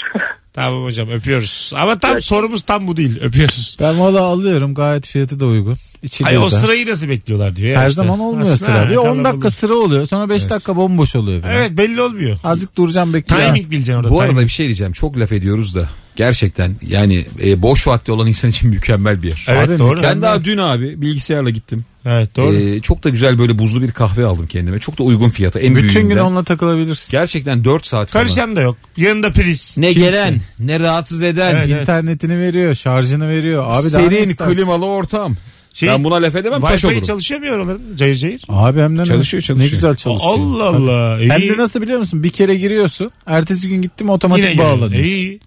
Speaker 2: Tamam hocam öpüyoruz. Ama tam sorumuz tam bu değil. Öpüyoruz.
Speaker 3: Ben valla alıyorum gayet fiyatı da uygun. İçiliyor
Speaker 2: Ay o
Speaker 3: da.
Speaker 2: sırayı nasıl bekliyorlar diyor. ya
Speaker 3: Her
Speaker 2: işte.
Speaker 3: zaman olmuyor
Speaker 2: Aslında
Speaker 3: sıra. Bir
Speaker 2: ha,
Speaker 3: 10
Speaker 2: kalabalık.
Speaker 3: dakika sıra oluyor. Sonra 5 dakika bomboş oluyor. falan.
Speaker 2: Evet belli olmuyor.
Speaker 3: Azıcık duracağım bekleyeceğim.
Speaker 2: Timing bileceksin orada.
Speaker 4: Bu
Speaker 2: timing.
Speaker 4: arada bir şey diyeceğim. Çok laf ediyoruz da. Gerçekten yani e, boş vakti olan insan için mükemmel bir yer.
Speaker 2: Evet
Speaker 3: Abi,
Speaker 2: doğru.
Speaker 3: mükemmel.
Speaker 4: Ben daha dün abi bilgisayarla gittim.
Speaker 2: Evet doğru.
Speaker 4: E, çok da güzel böyle buzlu bir kahve aldım kendime. Çok da uygun fiyata. En
Speaker 3: Bütün
Speaker 4: büyüğünden.
Speaker 3: gün onunla takılabilirsin.
Speaker 4: Gerçekten 4 saat falan.
Speaker 2: Karışan da yok. Yanında priz.
Speaker 4: Ne
Speaker 3: Kimsin?
Speaker 4: gelen ne rahatsız eden.
Speaker 2: Evet, evet.
Speaker 3: İnternetini veriyor, şarjını veriyor. Abi daha ne
Speaker 4: Serin
Speaker 3: istersin?
Speaker 4: klimalı ortam.
Speaker 2: Şey,
Speaker 4: ben buna laf edemem taş
Speaker 2: Wi-Fi
Speaker 4: olurum.
Speaker 2: çalışıyor mu oraların? Cayır cayır.
Speaker 3: Abi hem de ne-
Speaker 4: Çalışıyor, çalışıyor.
Speaker 3: ne güzel çalışıyor.
Speaker 2: Allah Allah.
Speaker 3: Hem
Speaker 2: İyi.
Speaker 3: de nasıl biliyor musun? Bir kere giriyorsun. Ertesi gün gittim
Speaker 2: Yine
Speaker 3: otomatik
Speaker 2: geliyor.
Speaker 3: bağlanıyor.
Speaker 2: İyi.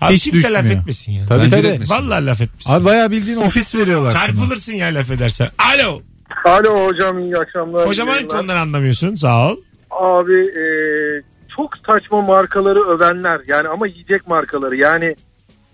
Speaker 2: Abi
Speaker 3: Hiç
Speaker 2: kimse laf
Speaker 3: düşmüyor.
Speaker 2: etmesin ya.
Speaker 3: Tabii
Speaker 4: Bence de
Speaker 3: tabii.
Speaker 4: etmesin.
Speaker 2: Vallahi laf etmesin.
Speaker 3: Abi bayağı bildiğin ofis veriyorlar sana.
Speaker 2: Çarpılırsın ya laf edersen. Alo.
Speaker 7: Alo hocam iyi akşamlar.
Speaker 2: Hocam hangi konudan anlamıyorsun? Sağ ol.
Speaker 7: Abi
Speaker 8: e,
Speaker 7: çok saçma markaları övenler yani ama yiyecek markaları yani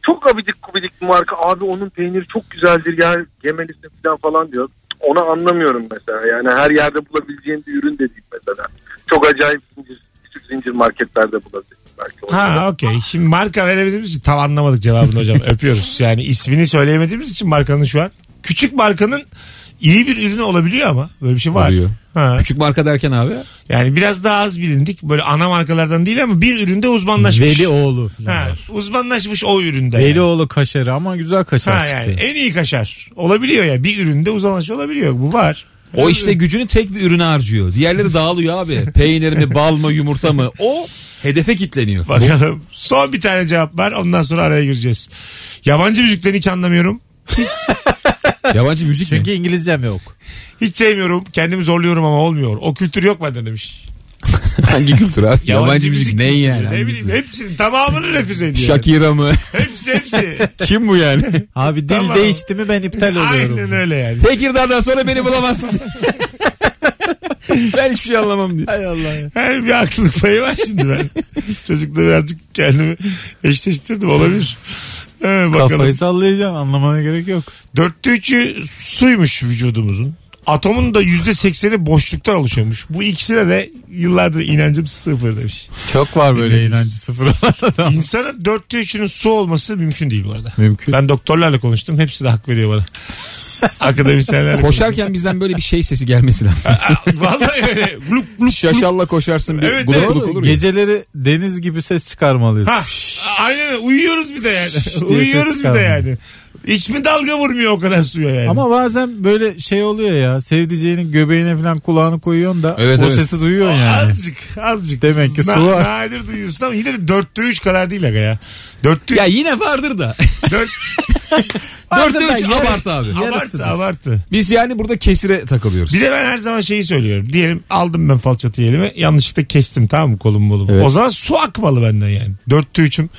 Speaker 8: çok abidik gubidik bir marka. Abi onun peyniri çok güzeldir ya yemelisin falan falan diyor. Onu anlamıyorum mesela. Yani her yerde bulabileceğin bir ürün de değil mesela. Çok acayip zincir, küçük zincir marketlerde bulabilirsin belki.
Speaker 2: Ha okey. Şimdi marka veremediğimiz için tam anlamadık cevabını
Speaker 3: [laughs]
Speaker 2: hocam. Öpüyoruz. Yani ismini söyleyemediğimiz için markanın şu an. Küçük markanın iyi bir ürünü olabiliyor ama. Böyle bir şey var.
Speaker 4: Oluyor.
Speaker 2: Ha.
Speaker 4: Küçük marka derken abi.
Speaker 2: Yani biraz daha az bilindik. Böyle ana markalardan değil ama bir üründe uzmanlaşmış.
Speaker 3: Velioğlu falan
Speaker 2: Ha,
Speaker 3: var.
Speaker 2: uzmanlaşmış o üründe. yani.
Speaker 3: Velioğlu kaşarı ama güzel kaşar
Speaker 2: Ha
Speaker 3: çıktı.
Speaker 2: yani en iyi kaşar. Olabiliyor ya. Bir üründe uzmanlaşmış olabiliyor. Bu var.
Speaker 4: O işte gücünü tek bir ürüne harcıyor. Diğerleri dağılıyor abi. Peynir mi, bal mı, yumurta mı? O hedefe
Speaker 2: [laughs]
Speaker 4: kitleniyor.
Speaker 2: Bakalım. Son bir tane cevap var. Ondan sonra araya gireceğiz. Yabancı müzikten hiç anlamıyorum.
Speaker 4: Yabancı müzik mi?
Speaker 3: Çünkü İngilizcem yok.
Speaker 2: Hiç sevmiyorum. Kendimi zorluyorum ama olmuyor. O kültür yok bende demiş.
Speaker 4: [laughs] Hangi kültür abi? Yabancı, müzik, ne
Speaker 2: kültürü,
Speaker 4: yani?
Speaker 2: Ne bileyim hepsinin tamamını refüze ediyor.
Speaker 4: Shakira mı?
Speaker 2: Hepsi hepsi.
Speaker 4: [laughs] Kim bu yani?
Speaker 3: Abi dil
Speaker 2: Tamam.
Speaker 3: değişti mi ben iptal oluyorum.
Speaker 2: Aynen öyle yani.
Speaker 4: Tekirdağ'dan sonra beni bulamazsın. ben hiçbir şey anlamam diye.
Speaker 3: Hay Allah ya.
Speaker 2: Yani bir haklılık payı var şimdi
Speaker 3: [laughs]
Speaker 2: ben. Çocukla birazcık kendimi eşleştirdim olabilir. Ee, bakalım.
Speaker 3: Kafayı sallayacaksın anlamana gerek yok.
Speaker 2: Dörtte üçü suymuş vücudumuzun. Atomun da yüzde sekseni boşluktan oluşuyormuş. Bu ikisine de yıllardır inancım sıfır demiş.
Speaker 3: Çok var böyle inancı sıfır olan adam.
Speaker 2: İnsanın dörtte üçünün su olması [laughs] mümkün değil bu arada.
Speaker 3: Mümkün.
Speaker 2: Ben doktorlarla konuştum. Hepsi de hak veriyor
Speaker 3: [laughs]
Speaker 2: bana. Akademisyenlerle
Speaker 4: Koşarken bizden böyle bir şey sesi
Speaker 2: [laughs]
Speaker 4: gelmesi lazım.
Speaker 2: konuştum. [laughs] Vallahi öyle. Glup glup.
Speaker 4: Şaşalla koşarsın bir
Speaker 2: Evet,
Speaker 4: guluk
Speaker 2: evet.
Speaker 4: guluk olur ya.
Speaker 3: Geceleri deniz gibi ses çıkarmalıyız.
Speaker 2: Ha, aynen öyle. uyuyoruz bir de yani.
Speaker 3: diye
Speaker 2: uyuyoruz
Speaker 3: ses
Speaker 2: bir de yani.
Speaker 3: çıkarmıyoruz.
Speaker 2: Hiç mi dalga vurmuyor o kadar suya yani?
Speaker 3: Ama bazen böyle şey oluyor ya sevdiceğinin göbeğine falan kulağını koyuyorsun da
Speaker 4: Evet,
Speaker 3: o
Speaker 4: evet.
Speaker 3: sesi duyuyorsun yani.
Speaker 2: Azıcık azıcık.
Speaker 3: Demek ki su var.
Speaker 2: Nadir duyuyorsun ama yine de dörtte üç kadar değil aga ya. Dörtte üç.
Speaker 4: Ya yine
Speaker 2: [laughs]
Speaker 4: vardır da.
Speaker 2: Dört,
Speaker 4: Dörtte
Speaker 3: Ardından
Speaker 4: üç
Speaker 3: yarısı-
Speaker 4: abartı abi.
Speaker 2: abarttı
Speaker 3: [laughs] yarısıdır.
Speaker 2: abarttı.
Speaker 4: Biz yani burada kesire takılıyoruz.
Speaker 2: Bir de ben her zaman şeyi söylüyorum. Diyelim aldım ben falçatı elime. Yanlışlıkla kestim tamam mı kolumu bolumu.
Speaker 3: Evet.
Speaker 2: O zaman su akmalı benden yani. Dörtte üçüm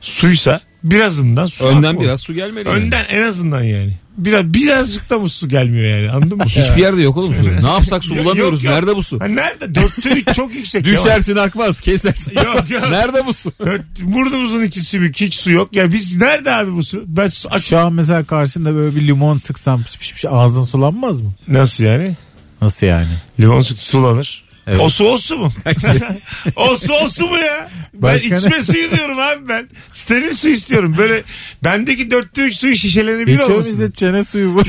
Speaker 2: suysa birazından su
Speaker 4: Önden
Speaker 2: akmalı.
Speaker 4: biraz su gelmeli. yani.
Speaker 2: Önden en azından yani. Biraz, birazcık da mı su gelmiyor yani anladın mı?
Speaker 4: [laughs] Hiçbir yerde yok oğlum su. Ne yapsak su
Speaker 2: Yok,
Speaker 4: bulamıyoruz.
Speaker 2: yok, Hani- yok.
Speaker 4: Nerede bu su?
Speaker 2: Ha, nerede? Dörtte üç çok yüksek.
Speaker 4: Düşersin akmaz kesersin.
Speaker 2: Yok, yok.
Speaker 4: [laughs] Nerede bu su?
Speaker 2: Dört- Burnumuzun içi sümük hiç su yok. Ya biz nerede abi bu su? Ben su aç-
Speaker 3: Şu an mesela karşında böyle bir limon sıksam pış pış pış ağzın sulanmaz mı?
Speaker 2: Nasıl yani?
Speaker 3: Nasıl yani?
Speaker 2: Limon su sulanır.
Speaker 3: Evet.
Speaker 2: O su o su mu? [laughs] o su o su mu ya? Ben
Speaker 3: Başka
Speaker 2: içme
Speaker 3: ne?
Speaker 2: suyu diyorum abi ben. Steril su istiyorum. Böyle bendeki dörtte üç suyu şişelenebilir
Speaker 3: İçiyoruz biz
Speaker 2: olmasın.
Speaker 3: de çene suyu bu.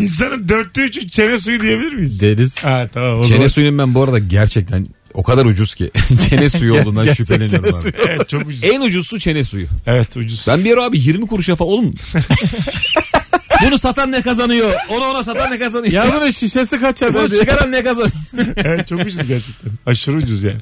Speaker 2: İnsanın dörtte üçü çene suyu diyebilir miyiz?
Speaker 3: [laughs] Deriz.
Speaker 2: ha tamam. O zaman.
Speaker 4: Çene suyunun ben bu arada gerçekten o kadar ucuz ki. [laughs] çene suyu olduğundan
Speaker 3: Gerçek çene
Speaker 4: şüpheleniyorum abi.
Speaker 3: suyu.
Speaker 2: Evet çok ucuz.
Speaker 4: En ucuz su çene suyu.
Speaker 2: Evet ucuz.
Speaker 4: Ben bir ara abi 20 kuruşa
Speaker 2: [laughs]
Speaker 4: falan oğlum. Bunu satan ne kazanıyor? Onu ona satan ne kazanıyor?
Speaker 3: Ya bunun şişesi kaç
Speaker 4: Bunu
Speaker 3: abi?
Speaker 4: çıkaran ne kazanıyor?
Speaker 2: Evet çok ucuz gerçekten. Aşırı ucuz yani.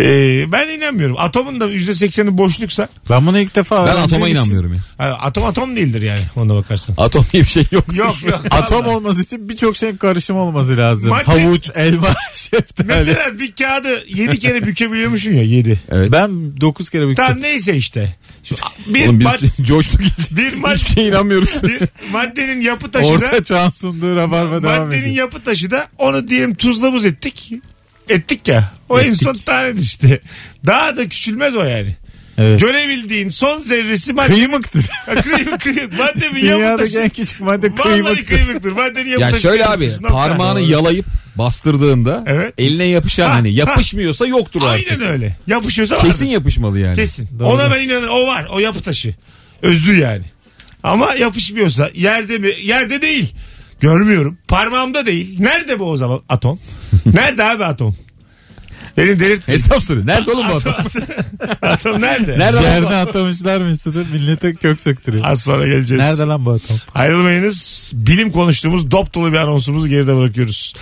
Speaker 2: Ee, ben inanmıyorum. Atomun da %80'i boşluksa
Speaker 3: Ben bunu ilk defa
Speaker 4: Ben
Speaker 3: öğrendiğim
Speaker 4: atoma
Speaker 3: için-
Speaker 4: inanmıyorum ya.
Speaker 2: ha, atom atom değildir yani ona bakarsan.
Speaker 4: Atom diye bir şey yok.
Speaker 2: Yok yok.
Speaker 3: Atom
Speaker 2: vallahi.
Speaker 3: olması için birçok şeyin karışımı olması lazım.
Speaker 2: Madde-
Speaker 3: Havuç, elma, [laughs] şeftali.
Speaker 2: Mesela bir kağıdı 7 kere bükebiliyormuşsun ya 7.
Speaker 3: Ben 9 kere büktüm.
Speaker 2: Tam neyse işte. Şu, bir,
Speaker 4: Oğlum
Speaker 2: mad-
Speaker 4: biz [laughs] coştuk hiç.
Speaker 2: bir, mad-
Speaker 4: Hiçbir şey
Speaker 2: [laughs]
Speaker 4: şeye inanmıyoruz.
Speaker 2: bir maddenin yapı taşı da
Speaker 3: Orta çağın sunduğu rabarba devam
Speaker 2: maddenin
Speaker 3: ediyor.
Speaker 2: yapı taşı da onu diyelim tuzla buz ettik. Ettik ya. O en son tanedir işte. Daha da küçülmez o yani.
Speaker 3: Evet.
Speaker 2: Görebildiğin son zerresi madde. [laughs]
Speaker 3: Kıymıktır.
Speaker 2: Kıyım kıyım. Maddenin yapı
Speaker 3: Dünyadaki
Speaker 2: taşı.
Speaker 3: en küçük madde
Speaker 2: Vallahi
Speaker 3: kıymıktır.
Speaker 2: kıymıktır. Maddenin yapı
Speaker 4: Ya
Speaker 2: taşı.
Speaker 4: şöyle abi
Speaker 2: Nokta.
Speaker 4: parmağını yalayıp bastırdığında
Speaker 2: Evet.
Speaker 4: eline yapışan
Speaker 2: Ha,
Speaker 4: hani
Speaker 2: ha.
Speaker 4: yapışmıyorsa yoktur artık.
Speaker 2: Aynen öyle. Yapışıyorsa
Speaker 4: Kesin
Speaker 2: Kesin.
Speaker 4: yapışmalı yani.
Speaker 2: Kesin.
Speaker 3: Doğru.
Speaker 2: Ona ben inanırım. O var. O yapı taşı. Özü yani. Ama yapışmıyorsa yerde mi? Yerde değil. Görmüyorum. Parmağımda değil. Nerede bu o zaman
Speaker 3: [laughs]
Speaker 2: atom? Nerede abi atom? Beni delirt.
Speaker 4: Hesap soru. Nerede oğlum bu [laughs] adam?
Speaker 2: atom
Speaker 3: [laughs]
Speaker 2: nerede?
Speaker 4: Nerede?
Speaker 3: Ciğerine atamışlar Mesut'u millete kök söktürüyor.
Speaker 2: Az sonra geleceğiz.
Speaker 3: Nerede lan bu atom?
Speaker 2: Ayrılmayınız. Bilim konuştuğumuz dop dolu bir anonsumuzu geride bırakıyoruz.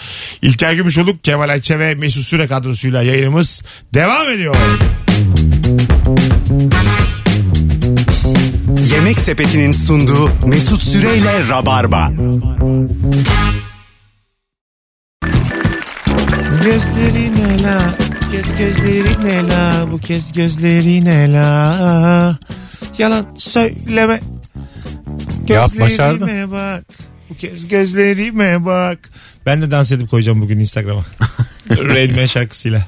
Speaker 2: İlker Gümüşoluk, Kemal Ayçe ve Mesut Süre kadrosuyla yayınımız devam ediyor.
Speaker 1: Yemek Sepeti'nin sunduğu Mesut Süreyle Rabarba.
Speaker 2: Gözlerin la, kes gözlerin la, bu kez gözlerin la. Yalan söyleme.
Speaker 3: Yap, başardın.
Speaker 2: Gözlerime bak. Bu kez gözlerime bak. Ben de dans edip koyacağım bugün
Speaker 3: [laughs]
Speaker 2: Instagram'a. Rain Man şarkısıyla.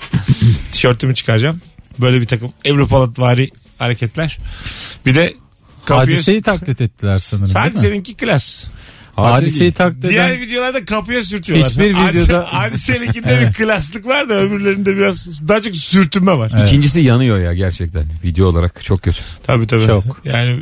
Speaker 2: Tişörtümü çıkaracağım. Böyle bir takım Avrupalı vari hareketler. Bir de kapıyı...
Speaker 3: Hadiseyi taklit ettiler sanırım.
Speaker 2: Sadece
Speaker 3: değil mi?
Speaker 2: seninki klas.
Speaker 3: Hadiseyi taklit
Speaker 2: Diğer
Speaker 3: eden
Speaker 2: videolarda kapıya sürtüyorlar.
Speaker 3: Hiçbir
Speaker 2: Hadise-
Speaker 3: videoda-
Speaker 2: Hadise'ninkinde
Speaker 3: Evet.
Speaker 2: bir klaslık var da öbürlerinde biraz daha çok sürtünme var.
Speaker 3: Evet.
Speaker 4: İkincisi yanıyor ya gerçekten video olarak çok kötü.
Speaker 2: Tabii tabii.
Speaker 3: Çok.
Speaker 2: Yani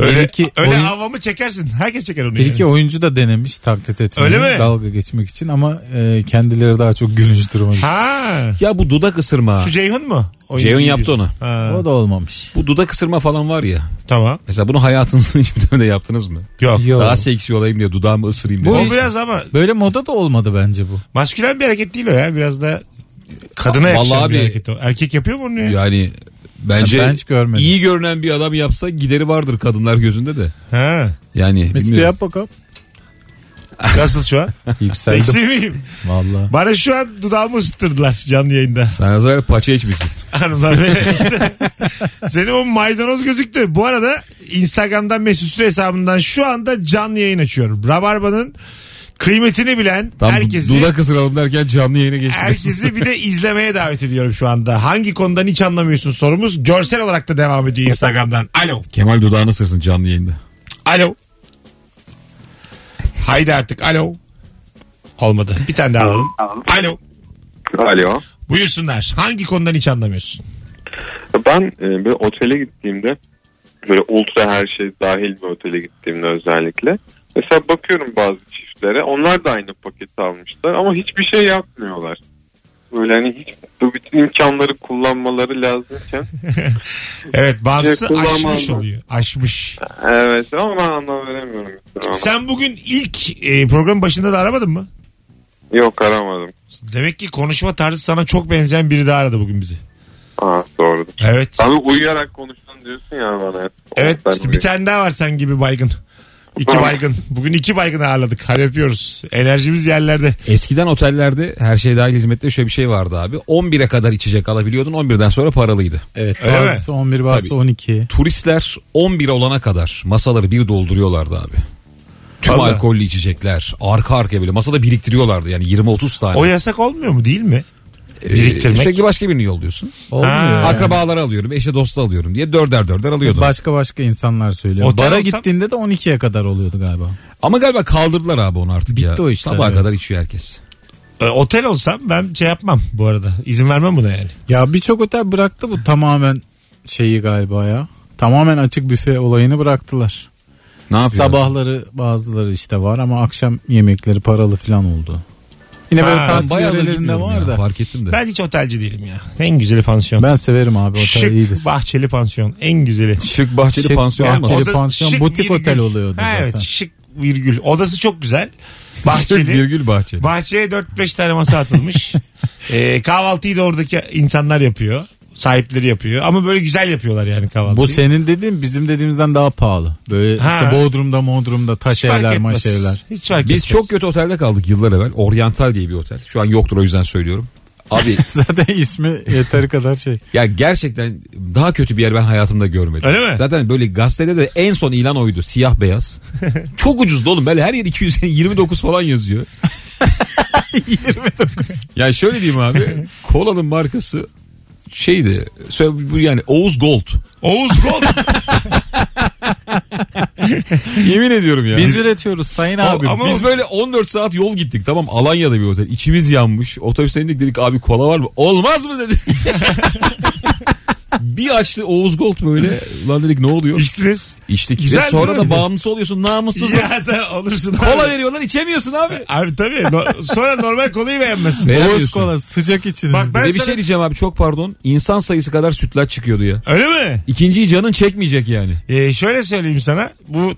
Speaker 2: öyle,
Speaker 3: iki
Speaker 2: öyle
Speaker 3: oyun-
Speaker 2: havamı çekersin. Herkes çeker onu.
Speaker 3: bir
Speaker 2: yani.
Speaker 3: iki oyuncu da denemiş taklit etmeyi.
Speaker 2: Öyle mi?
Speaker 3: Dalga geçmek için ama e, kendileri daha çok gülünç duruma düştü.
Speaker 2: Ha.
Speaker 4: Ya bu dudak ısırma.
Speaker 2: Şu Ceyhun mu? Oyuncu
Speaker 4: Ceyhun yaptı
Speaker 2: diyorsun.
Speaker 4: onu.
Speaker 2: Ha,
Speaker 3: O da olmamış.
Speaker 4: Bu dudak ısırma falan var ya.
Speaker 2: Tamam.
Speaker 4: Mesela bunu hayatınızın [laughs] hiçbir döneminde yaptınız mı?
Speaker 2: Yok.
Speaker 3: Yok.
Speaker 4: Daha seksi olayım diye dudağımı ısırayım diye.
Speaker 2: O
Speaker 3: işte-
Speaker 2: biraz ama
Speaker 3: Böyle moda da olmadı bence bu.
Speaker 2: maskülen bir hareket değil o ya. Biraz da kadına yakışan
Speaker 4: Vallahi
Speaker 2: bir
Speaker 4: abi-
Speaker 2: hareket o. Erkek yapıyor mu onu ya?
Speaker 4: Yani bence
Speaker 3: ben hiç görmedim.
Speaker 4: iyi görünen bir adam yapsa gideri vardır kadınlar gözünde de.
Speaker 2: Ha.
Speaker 4: Yani
Speaker 3: Mesut bir
Speaker 4: bilmiyorum.
Speaker 3: yap bakalım.
Speaker 2: Nasıl şu an?
Speaker 3: [laughs] Yükseldim.
Speaker 2: Seksi miyim?
Speaker 3: Valla.
Speaker 2: Bana şu an dudağımı ısıttırdılar canlı yayında.
Speaker 4: Sen az evvel paça içmişsin.
Speaker 2: Hanımlar
Speaker 4: [laughs]
Speaker 2: beyler işte. Senin o maydanoz gözüktü. Bu arada Instagram'dan Mesut Süre hesabından şu anda canlı yayın açıyorum. Rabarba'nın kıymetini bilen
Speaker 4: Tam
Speaker 2: herkesi...
Speaker 4: dudak ısıralım derken canlı yayına geçtim.
Speaker 2: Herkesi bir de izlemeye davet ediyorum şu anda. Hangi konudan hiç anlamıyorsun sorumuz. Görsel olarak da devam ediyor Instagram'dan. Alo.
Speaker 4: Kemal dudağını ısırsın canlı yayında.
Speaker 2: Alo. Haydi artık alo. Olmadı. Bir tane daha alalım. Alo.
Speaker 9: Alo.
Speaker 2: Buyursunlar. Hangi konudan hiç anlamıyorsun?
Speaker 9: Ben e, böyle otele gittiğimde böyle ultra her şey dahil bir otele gittiğimde özellikle mesela bakıyorum bazı çiftlere onlar da aynı paketi almışlar ama hiçbir şey yapmıyorlar. Böyle hani hiç bu bütün imkanları kullanmaları lazımken [laughs]
Speaker 2: Evet bazısı
Speaker 9: Şey, kullanmam
Speaker 2: aşmış
Speaker 9: lazım.
Speaker 2: oluyor. Aşmış.
Speaker 9: evet ama ben anlam veremiyorum. mesela ona.
Speaker 2: Sen bugün ilk e, programın başında da aramadın mı?
Speaker 9: Yok aramadım.
Speaker 2: Demek ki konuşma tarzı sana çok benzeyen biri daha aradı bugün bizi.
Speaker 9: Aa doğru.
Speaker 2: Evet.
Speaker 9: Abi uyuyarak konuştun diyorsun ya bana.
Speaker 2: Evet
Speaker 9: Ben
Speaker 2: işte bir tane daha var sen gibi baygın. İki
Speaker 9: Tamam.
Speaker 2: baygın. Bugün iki baygın ağırladık. Hadi öpüyoruz. Enerjimiz yerlerde.
Speaker 4: Eskiden otellerde her şey dahil hizmette şöyle bir şey vardı abi. 11'e kadar içecek alabiliyordun 11'den sonra paralıydı.
Speaker 3: Evet.
Speaker 2: Öyle mi?
Speaker 3: Bazısı 11 bazısı
Speaker 4: Tabii.
Speaker 3: 12.
Speaker 4: Turistler 11 olana kadar masaları bir dolduruyorlardı abi. Tüm
Speaker 2: Vallahi.
Speaker 4: alkollü içecekler arka arkaya böyle masada biriktiriyorlardı yani 20-30 tane.
Speaker 2: O yasak olmuyor mu değil mi?
Speaker 4: Ee,
Speaker 2: biriktirmek.
Speaker 4: sürekli başka birini yolluyorsun.
Speaker 3: Olmuyor.
Speaker 2: Ha.
Speaker 3: yani.
Speaker 4: Akrabaları alıyorum, eşe dosta alıyorum diye dörder dörder alıyordum.
Speaker 3: Başka başka insanlar söylüyor.
Speaker 2: Otel
Speaker 3: Bara
Speaker 2: olsam-
Speaker 3: gittiğinde de 12'ye kadar oluyordu galiba.
Speaker 4: Ama galiba kaldırdılar abi onu artık ya.
Speaker 3: Bitti o işler,
Speaker 4: Sabaha
Speaker 3: evet.
Speaker 4: kadar içiyor herkes.
Speaker 2: E, otel olsam ben şey yapmam bu arada. İzin vermem buna yani.
Speaker 3: Ya birçok otel bıraktı bu tamamen şeyi galiba ya. Tamamen açık büfe olayını bıraktılar.
Speaker 4: Ne yapıyor?
Speaker 3: Sabahları bazıları işte var ama akşam yemekleri paralı falan oldu. Yine böyle
Speaker 2: Ha,
Speaker 3: tatil
Speaker 4: Bayağı da
Speaker 3: yörelerinde
Speaker 4: gitmiyorum
Speaker 3: var
Speaker 4: ya,
Speaker 3: da.
Speaker 4: Fark ettim de.
Speaker 2: Ben hiç otelci değilim ya. En güzeli pansiyon.
Speaker 3: Ben severim abi otel
Speaker 2: Şık
Speaker 3: iyidir.
Speaker 2: bahçeli pansiyon. En güzeli.
Speaker 4: Şık bahçeli
Speaker 3: Şık
Speaker 4: pansiyon
Speaker 3: bahçeli-
Speaker 4: olmaz.
Speaker 2: Oda-
Speaker 3: pansiyon,
Speaker 2: şık
Speaker 3: butik otel oluyordu
Speaker 2: Ha, Evet
Speaker 3: zaten.
Speaker 2: şık virgül. Odası çok güzel.
Speaker 4: Şık
Speaker 2: Bahçeli.
Speaker 4: virgül bahçeli.
Speaker 2: Bahçeye 4-5 tane masa atılmış. E, kahvaltıyı da oradaki insanlar yapıyor. Sahipleri yapıyor. Ama böyle güzel yapıyorlar yani kahvaltıyı.
Speaker 3: Bu senin dediğin bizim dediğimizden daha pahalı. Böyle
Speaker 2: Ha.
Speaker 3: işte Bodrum'da Modrum'da taş
Speaker 2: Hiç fark
Speaker 3: evler
Speaker 2: etmez.
Speaker 3: maş evler. [laughs]
Speaker 2: Hiç fark etmez.
Speaker 4: Biz çok kötü otelde kaldık yıllar evvel. Oriental diye bir otel. Şu an yoktur o yüzden söylüyorum. Abi
Speaker 3: Zaten ismi yeteri kadar şey.
Speaker 4: ya gerçekten daha kötü bir yer ben hayatımda görmedim.
Speaker 2: Öyle mi?
Speaker 4: Zaten böyle gazetede de en son ilan oydu. Siyah beyaz. Çok ucuzdu oğlum. Böyle her yer 229 falan yazıyor. 29. Ya şöyle diyeyim abi. Kola'nın markası şeydi. sö- bu Yani Oğuz Gold.
Speaker 2: Oğuz Gold.
Speaker 4: Yemin ediyorum ya.
Speaker 3: Biz üretiyoruz sayın abi.
Speaker 2: ama-
Speaker 4: Biz böyle 14 saat yol gittik tamam Alanya'da bir otel. İçimiz yanmış. Otobüse indik dedik abi kola var mı? Olmaz mı dedi. bir açtı Oğuz Gold böyle. Lan dedik ne oluyor?
Speaker 2: İçtiniz.
Speaker 4: İçtik.
Speaker 2: Güzel
Speaker 4: Ve sonra
Speaker 2: değil mi?
Speaker 4: da bağımlısı oluyorsun namussuz.
Speaker 2: Ya da olursun.
Speaker 4: Kola
Speaker 2: abi.
Speaker 4: veriyorlar içemiyorsun abi.
Speaker 2: Abi tabii. No- sonra normal kolayı beğenmezsin.
Speaker 3: Oğuz
Speaker 4: Beğenmiyorsun.
Speaker 3: kola sıcak içiniz.
Speaker 2: Bak ben
Speaker 4: Bir de bir
Speaker 2: sana-
Speaker 4: şey diyeceğim abi çok pardon. İnsan sayısı kadar sütlaç çıkıyordu ya.
Speaker 2: Öyle mi?
Speaker 4: İkinciyi canın çekmeyecek yani.
Speaker 2: Ee, şöyle söyleyeyim sana. Bu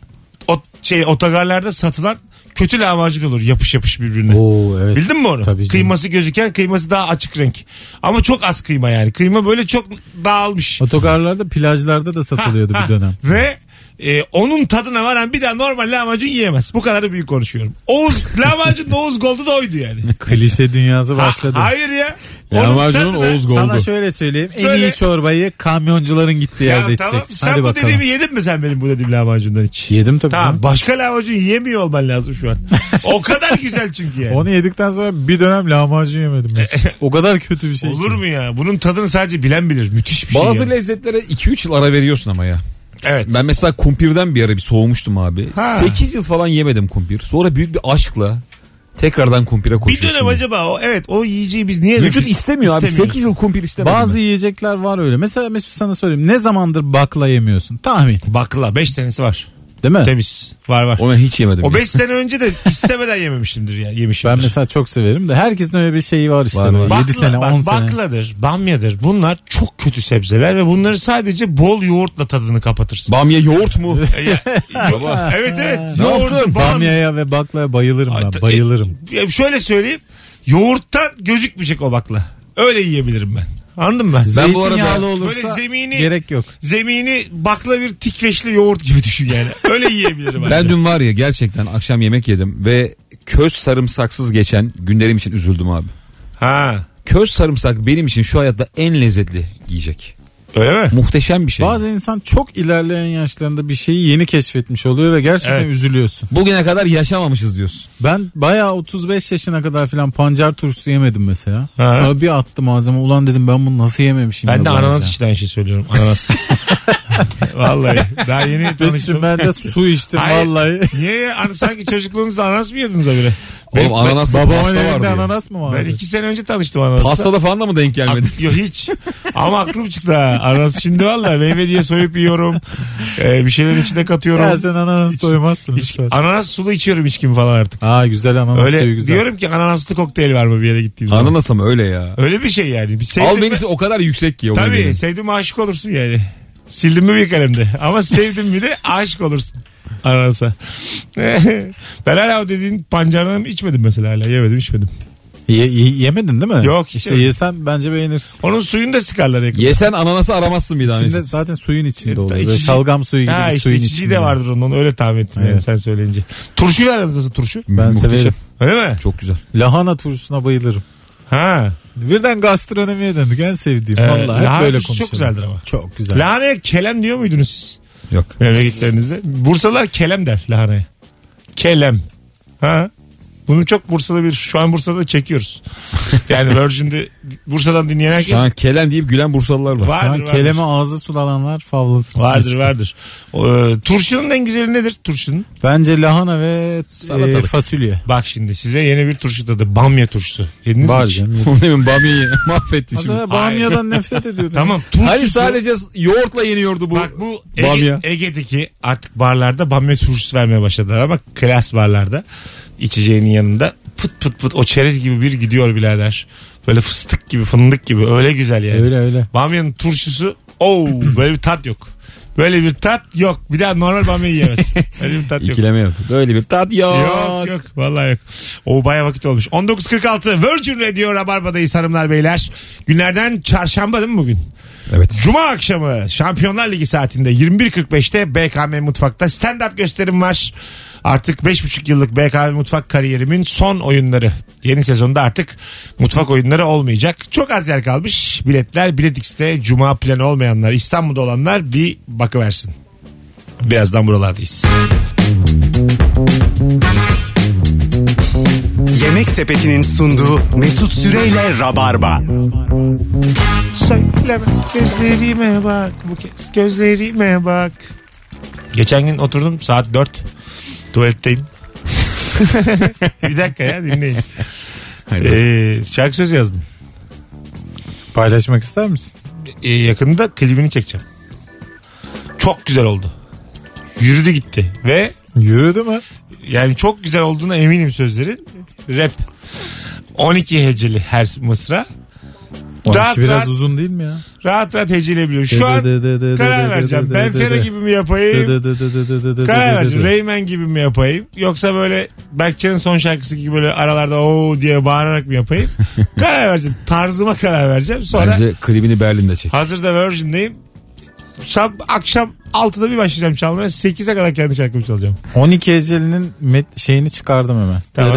Speaker 2: o, şey otogarlarda satılan kötü lahmacun olur yapış yapış birbirine.
Speaker 3: Oo evet.
Speaker 2: Bildin mi onu?
Speaker 3: Tabii canım.
Speaker 2: Kıyması gözüken kıyması daha açık renk. Ama çok az kıyma yani. Kıyma böyle çok dağılmış.
Speaker 3: Otogarlarda plajlarda da satılıyordu bir dönem.
Speaker 2: Ve e, onun tadına varan bir daha normal lahmacun yiyemez. Bu
Speaker 3: [laughs]
Speaker 2: kadar da büyük konuşuyorum. Oğuz, lahmacun Oğuz Gold'u da oydu yani.
Speaker 3: Klişe dünyası başladı.
Speaker 2: Ha- hayır ya ya.
Speaker 4: Lahmacunun
Speaker 2: tadına-
Speaker 4: Oğuz Goldu.
Speaker 3: Sana şöyle söyleyeyim. En
Speaker 2: Söyle.
Speaker 3: iyi çorbayı kamyoncuların gittiği
Speaker 2: Ya
Speaker 3: yerde
Speaker 2: tamam.
Speaker 3: içeceksin.
Speaker 2: Sen
Speaker 3: Hadi
Speaker 2: bu
Speaker 3: bakalım.
Speaker 2: dediğimi yedin mi sen benim bu dediğim lahmacundan hiç?
Speaker 3: Yedim tabii.
Speaker 2: Tamam
Speaker 3: canım.
Speaker 2: başka lahmacun yiyemiyor olman lazım şu an. O kadar güzel çünkü
Speaker 3: [laughs]
Speaker 2: yani.
Speaker 3: Onu yedikten sonra bir dönem
Speaker 2: [laughs]
Speaker 3: lahmacun yemedim. Mesut. o kadar kötü bir şey.
Speaker 2: Olur
Speaker 3: ki.
Speaker 2: mu ya? Bunun tadını sadece bilen bilir. Müthiş bir şey.
Speaker 4: Bazı
Speaker 2: yani.
Speaker 4: lezzetlere 2-3 yıl ara veriyorsun ama ya.
Speaker 2: Evet.
Speaker 4: Ben mesela kumpirden bir ara bir soğumuştum abi.
Speaker 2: Ha.
Speaker 4: 8 yıl falan yemedim kumpir. Sonra büyük bir aşkla tekrardan kumpire
Speaker 2: bir
Speaker 4: koşuyorsun.
Speaker 2: dönem acaba o evet o yiyeceği biz niye
Speaker 4: Vücut istemiyor abi.
Speaker 2: İstemiyoruz.
Speaker 4: 8 yıl kumpir istemedim.
Speaker 3: Bazı
Speaker 4: ben.
Speaker 3: yiyecekler var öyle. Mesela Mesut sana söyleyeyim. Ne zamandır bakla yemiyorsun? Tahmin.
Speaker 2: Bakla 5 tanesi var.
Speaker 3: Değil mi?
Speaker 2: Temiz. Var var.
Speaker 4: Onu hiç yemedim.
Speaker 2: O
Speaker 4: ya.
Speaker 2: 5 sene önce de istemeden yememişimdir ya yemişimdir.
Speaker 3: Ben mesela çok severim de herkesin öyle bir şeyi var işte.
Speaker 4: Var, var.
Speaker 3: böyle.
Speaker 2: Bakla,
Speaker 3: 7 sene
Speaker 2: bak,
Speaker 3: 10 sene.
Speaker 2: Bakladır, bamyadır. Bunlar çok kötü sebzeler ve bunları sadece bol yoğurtla tadını kapatırsın.
Speaker 4: Bamya yoğurt mu?
Speaker 2: [laughs] Ya- yo- [laughs] evet evet. Yoğurdu
Speaker 4: yaptın?
Speaker 2: falan.
Speaker 3: Bamya'ya ve baklaya bayılırım
Speaker 2: Ay, ta- e,
Speaker 3: ben. Bayılırım.
Speaker 2: Ya Şöyle söyleyeyim. Yoğurttan gözükmeyecek o bakla. Öyle yiyebilirim ben. Anladın mı?
Speaker 4: Ben bu arada-
Speaker 3: Zeytinyağlı olursa
Speaker 2: Böyle zemini-
Speaker 3: gerek yok.
Speaker 2: Zemini bakla bir tikveşli yoğurt gibi düşün yani. Öyle yiyebilirim.
Speaker 4: Ben
Speaker 2: ancak.
Speaker 4: dün var ya gerçekten akşam yemek yedim ve köz sarımsaksız geçen günlerim için üzüldüm abi.
Speaker 2: Ha.
Speaker 4: Köz sarımsak benim için şu hayatta en lezzetli yiyecek.
Speaker 2: Öyle mi?
Speaker 4: Muhteşem bir şey.
Speaker 3: Bazen insan çok ilerleyen yaşlarında bir şeyi yeni keşfetmiş oluyor ve gerçekten
Speaker 2: Evet.
Speaker 3: üzülüyorsun.
Speaker 4: Bugüne kadar yaşamamışız diyorsun.
Speaker 3: Ben bayağı 35 yaşına kadar filan pancar turşusu yemedim mesela.
Speaker 2: Ha.
Speaker 3: Sonra bir attım ağzıma ulan dedim ben bunu nasıl yememişim.
Speaker 2: Ben
Speaker 3: ya
Speaker 2: de
Speaker 3: bu
Speaker 2: ananas
Speaker 3: arada.
Speaker 2: için aynı şey söylüyorum.
Speaker 3: [laughs]
Speaker 2: Ananas. Vallahi. Daha yeni
Speaker 3: Mesut'cum
Speaker 2: tanıştım.
Speaker 3: ben de su içtim
Speaker 2: Hayır.
Speaker 3: vallahi.
Speaker 2: Niye ya? An- Sanki çocukluğunuzda ananas mı yediniz öyle?
Speaker 4: Oğlum ananaslı
Speaker 3: Babamın
Speaker 4: pasta var
Speaker 3: evinde
Speaker 4: diyor.
Speaker 3: ananas mı vardı?
Speaker 2: Ben iki sene önce tanıştım ananasla.
Speaker 4: Pastada falan da mı denk gelmedin?
Speaker 2: Ak- Yok hiç. Ama aklım çıktı ha. Ananas şimdi valla meyve diye soyup yiyorum. Ee, bir şeylerin içine katıyorum.
Speaker 3: Ya sen ananas soymazsın.
Speaker 2: İç-
Speaker 3: lütfen.
Speaker 2: ananas sulu içiyorum içkimi falan artık.
Speaker 3: Aa güzel ananas
Speaker 2: Öyle
Speaker 3: suyu güzel.
Speaker 2: diyorum ki ananaslı kokteyl var mı bir yere gittiğim zaman.
Speaker 4: Ananasa mı öyle ya?
Speaker 2: Öyle bir şey yani. Bir sevdim
Speaker 4: Al
Speaker 2: mi-
Speaker 4: benisi o kadar yüksek ki. o
Speaker 2: Tabii
Speaker 4: benim.
Speaker 2: sevdim mi aşık olursun yani. Sildim mi bir kalemde. Ama sevdim mi de aşık olursun. Ananasa. [laughs] ben hala o dediğin pancardan içmedim mesela hala. Yemedim içmedim.
Speaker 3: Ye- ye- yemedin değil mi?
Speaker 2: Yok, hiç
Speaker 3: İşte
Speaker 2: yemedim.
Speaker 3: yesen bence beğenirsin.
Speaker 2: Onun suyunu da sıkarlar yakın.
Speaker 4: Yesen ananası aramazsın bir daha.
Speaker 3: İçinde
Speaker 4: Mesut.
Speaker 3: zaten suyun içinde
Speaker 2: E, ta-
Speaker 3: oluyor. Böyle
Speaker 2: içici-
Speaker 3: Şalgam suyu gibi
Speaker 2: Ha
Speaker 3: bir
Speaker 2: işte
Speaker 3: suyun
Speaker 2: içici
Speaker 3: içinde.
Speaker 2: de vardır onun öyle tahmin ettim yani
Speaker 3: Evet.
Speaker 2: sen söyleyince. Turşuyla aranızdasın turşu.
Speaker 3: Ben
Speaker 4: Muhteşem.
Speaker 3: severim.
Speaker 2: Öyle mi?
Speaker 4: Çok güzel.
Speaker 3: Lahana turşusuna bayılırım.
Speaker 2: Ha.
Speaker 3: Birden gastronomiye döndük en sevdiğim.
Speaker 2: Ee,
Speaker 3: Vallahi
Speaker 2: lahana
Speaker 3: hep böyle
Speaker 2: turşusu çok
Speaker 3: konuşuyorum.
Speaker 2: güzeldir ama.
Speaker 3: Çok güzel.
Speaker 2: Lahaneye kelem diyor muydunuz siz?
Speaker 4: Yok.
Speaker 2: Memleketlerinizde. Bursalılar kelem der lahaneye. Kelem. Ha. Bunu çok Bursalı bir şu an Bursa'da
Speaker 4: [laughs]
Speaker 2: çekiyoruz. Yani Virgin'de Bursa'dan dinleyen herkes
Speaker 4: Şu an kelem deyip gülen Bursalılar var. [laughs]
Speaker 3: Şu an
Speaker 2: vardır, vardır.
Speaker 3: keleme ağzı sulananlar favlasın.
Speaker 2: vardır vardır. O, e, turşunun en güzeli nedir? Turşunun.
Speaker 3: Bence lahana ve
Speaker 4: Salatalık.
Speaker 3: e, fasulye.
Speaker 2: Bak şimdi size yeni bir turşu tadı. Bamya turşusu. Yediniz mi
Speaker 3: Var
Speaker 2: hiç?
Speaker 3: canım.
Speaker 4: Onun emin bamyayı mahvetti
Speaker 3: Az
Speaker 4: şimdi.
Speaker 3: evvel Bamya'dan nefret
Speaker 2: [laughs]
Speaker 3: ediyordum.
Speaker 2: Tamam turşusu.
Speaker 4: Hayır sadece yoğurtla yeniyordu bu.
Speaker 2: Bak bu Ege-
Speaker 4: Bamya.
Speaker 2: Ege'deki artık barlarda bamya turşusu vermeye başladılar ama klas barlarda içeceğinin yanında pıt pıt pıt o çerez gibi bir gidiyor birader. Böyle fıstık gibi fındık gibi öyle güzel yani.
Speaker 3: Öyle öyle.
Speaker 2: Bamyanın turşusu o böyle bir tat yok. Böyle bir tat yok. Bir daha normal bamya yiyemezsin. Böyle bir tat yok.
Speaker 4: İkileme yaptı. Böyle bir tat yok.
Speaker 2: Yok yok vallahi yok. O baya vakit olmuş. 19.46 Virgin Radio Rabarba'dayız hanımlar beyler. Günlerden çarşamba değil mi bugün?
Speaker 4: Evet.
Speaker 2: Cuma akşamı Şampiyonlar Ligi saatinde 21.45'te BKM Mutfak'ta stand-up gösterim var. Artık 5,5 yıllık BKM Mutfak kariyerimin son oyunları. Yeni sezonda artık mutfak oyunları olmayacak. Çok az yer kalmış. Biletler Biletix'te Cuma planı olmayanlar İstanbul'da olanlar bir bakıversin. Birazdan buralardayız.
Speaker 1: Yemek Sepeti'nin sunduğu Mesut Süreyle Rabarba.
Speaker 2: Söyleme gözlerime bak bu kez gözlerime bak. Geçen gün oturdum saat 4 tuvaletteyim. [laughs] bir dakika ya dinleyin. Ee, şarkı sözü yazdım.
Speaker 3: Paylaşmak ister misin?
Speaker 2: Ee, yakında klibini çekeceğim. Çok güzel oldu. Yürüdü gitti ve
Speaker 3: Yürüdü mü?
Speaker 2: yani çok güzel olduğuna eminim sözlerin. Rap 12 heceli her mısra. Rahat
Speaker 3: biraz
Speaker 2: rahat-
Speaker 3: uzun değil mi ya?
Speaker 2: Rahat rahat heceleyebiliyorum. Şu an
Speaker 3: Dı dı dı dı dı
Speaker 2: karar
Speaker 3: dı
Speaker 2: vereceğim.
Speaker 3: dı
Speaker 2: Ben
Speaker 3: dı
Speaker 2: Fero
Speaker 3: dı.
Speaker 2: gibi mi yapayım?
Speaker 3: Dı dı dı dı dı dı dı
Speaker 2: Karar
Speaker 3: dı
Speaker 2: vereceğim.
Speaker 3: dı.
Speaker 2: Rayman gibi mi yapayım? Yoksa böyle Berkcan'ın son şarkısı gibi böyle aralarda o diye bağırarak mı yapayım? karar vereceğim. Tarzıma karar vereceğim. Sonra
Speaker 4: Bence klibini Berlin'de çek.
Speaker 2: hazır da Virgin'deyim. Sab akşam 6'da bir başlayacağım çalmaya. 8'e kadar kendi şarkımı çalacağım.
Speaker 3: 12 Eceli'nin met- şeyini çıkardım hemen.
Speaker 2: Tamam.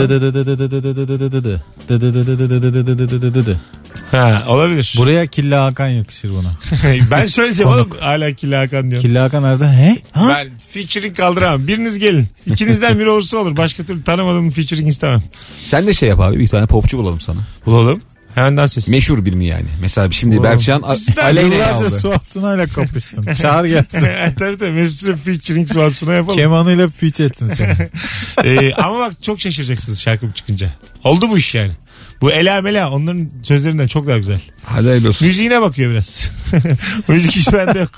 Speaker 2: Ha, olabilir.
Speaker 3: Buraya Killa Hakan yakışır buna.
Speaker 2: [laughs] ben söyleyeceğim oğlum. Hala Killa Hakan diyorum.
Speaker 3: Killa Hakan nerede? He? Ha?
Speaker 2: Ben featuring kaldıramam. Biriniz gelin. İkinizden biri olursa olur. Başka türlü tanımadığım featuring istemem.
Speaker 4: Sen de şey yap abi bir tane popçu bulalım sana.
Speaker 2: Bulalım. Hemen dans etsin.
Speaker 4: Meşhur birini yani. Mesela şimdi Berkcan A-
Speaker 2: Bizden
Speaker 4: Aleyna'yı
Speaker 3: Yıllarca
Speaker 4: aldı.
Speaker 3: Suat Sunay'la kapıştın.
Speaker 2: [laughs]
Speaker 3: Çağır gelsin.
Speaker 2: tabii tabii Mesut Süre featuring sualsına yapalım.
Speaker 3: Kemanıyla feat etsin seni.
Speaker 2: Ee, ama bak çok şaşıracaksınız şarkım çıkınca. Oldu bu iş yani. Bu Ela Mela onların sözlerinden çok daha güzel.
Speaker 4: Hadi hayırlı olsun.
Speaker 2: Müziğine bakıyor biraz. [laughs] Müzik hiç bende yok.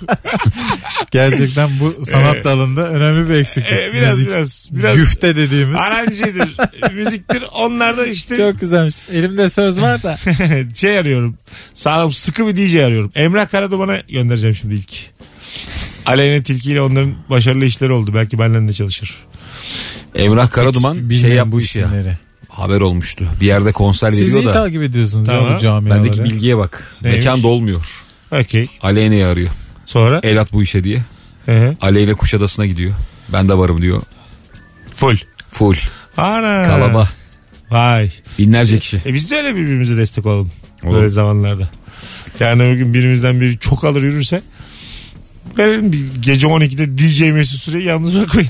Speaker 3: Gerçekten
Speaker 2: [laughs]
Speaker 3: bu sanat dalında önemli bir eksiklik.
Speaker 2: Ee, biraz,
Speaker 3: Müzik.
Speaker 2: biraz biraz.
Speaker 3: Güfte dediğimiz.
Speaker 2: Aranjedir, müziktir. Onlarda işte
Speaker 3: Çok güzelmiş. Elimde söz var da.
Speaker 2: [laughs] şey arıyorum. Sağlam sıkı bir DJ arıyorum. Emrah Karaduman'a göndereceğim şimdi ilk. Aleyna Tilki ile onların başarılı işleri oldu. Belki benden de çalışır.
Speaker 4: Emrah Karaduman şey
Speaker 3: Bilmiyorum
Speaker 4: yap bu işi ya.
Speaker 3: isimleri.
Speaker 4: Haber olmuştu. Bir yerde konser
Speaker 3: Siz iyi
Speaker 4: veriyor da.
Speaker 3: takip ediyorsunuz ya
Speaker 2: Tamam.
Speaker 3: bu camiaları.
Speaker 4: Bendeki bilgiye bak.
Speaker 2: Neymiş?
Speaker 4: Mekan dolmuyor.
Speaker 2: Okey.
Speaker 4: Aleyna'yı arıyor.
Speaker 2: Sonra?
Speaker 3: E,
Speaker 2: Ee?
Speaker 4: El at bu işe diye.
Speaker 2: Hı-hı.
Speaker 4: Aleyna Kuşadası'na gidiyor. Ben de varım diyor.
Speaker 2: Full.
Speaker 4: Full.
Speaker 2: Ana.
Speaker 4: Kalaba.
Speaker 2: Vay.
Speaker 4: Binlerce kişi.
Speaker 2: E biz de öyle birbirimize destek olalım.
Speaker 4: Oğlum.
Speaker 2: Böyle zamanlarda. Yani bugün birimizden biri çok alır yürürse verelim bir gece 12'de DJ Mesut Süreyi yalnız
Speaker 4: [laughs]
Speaker 2: bırakmayın.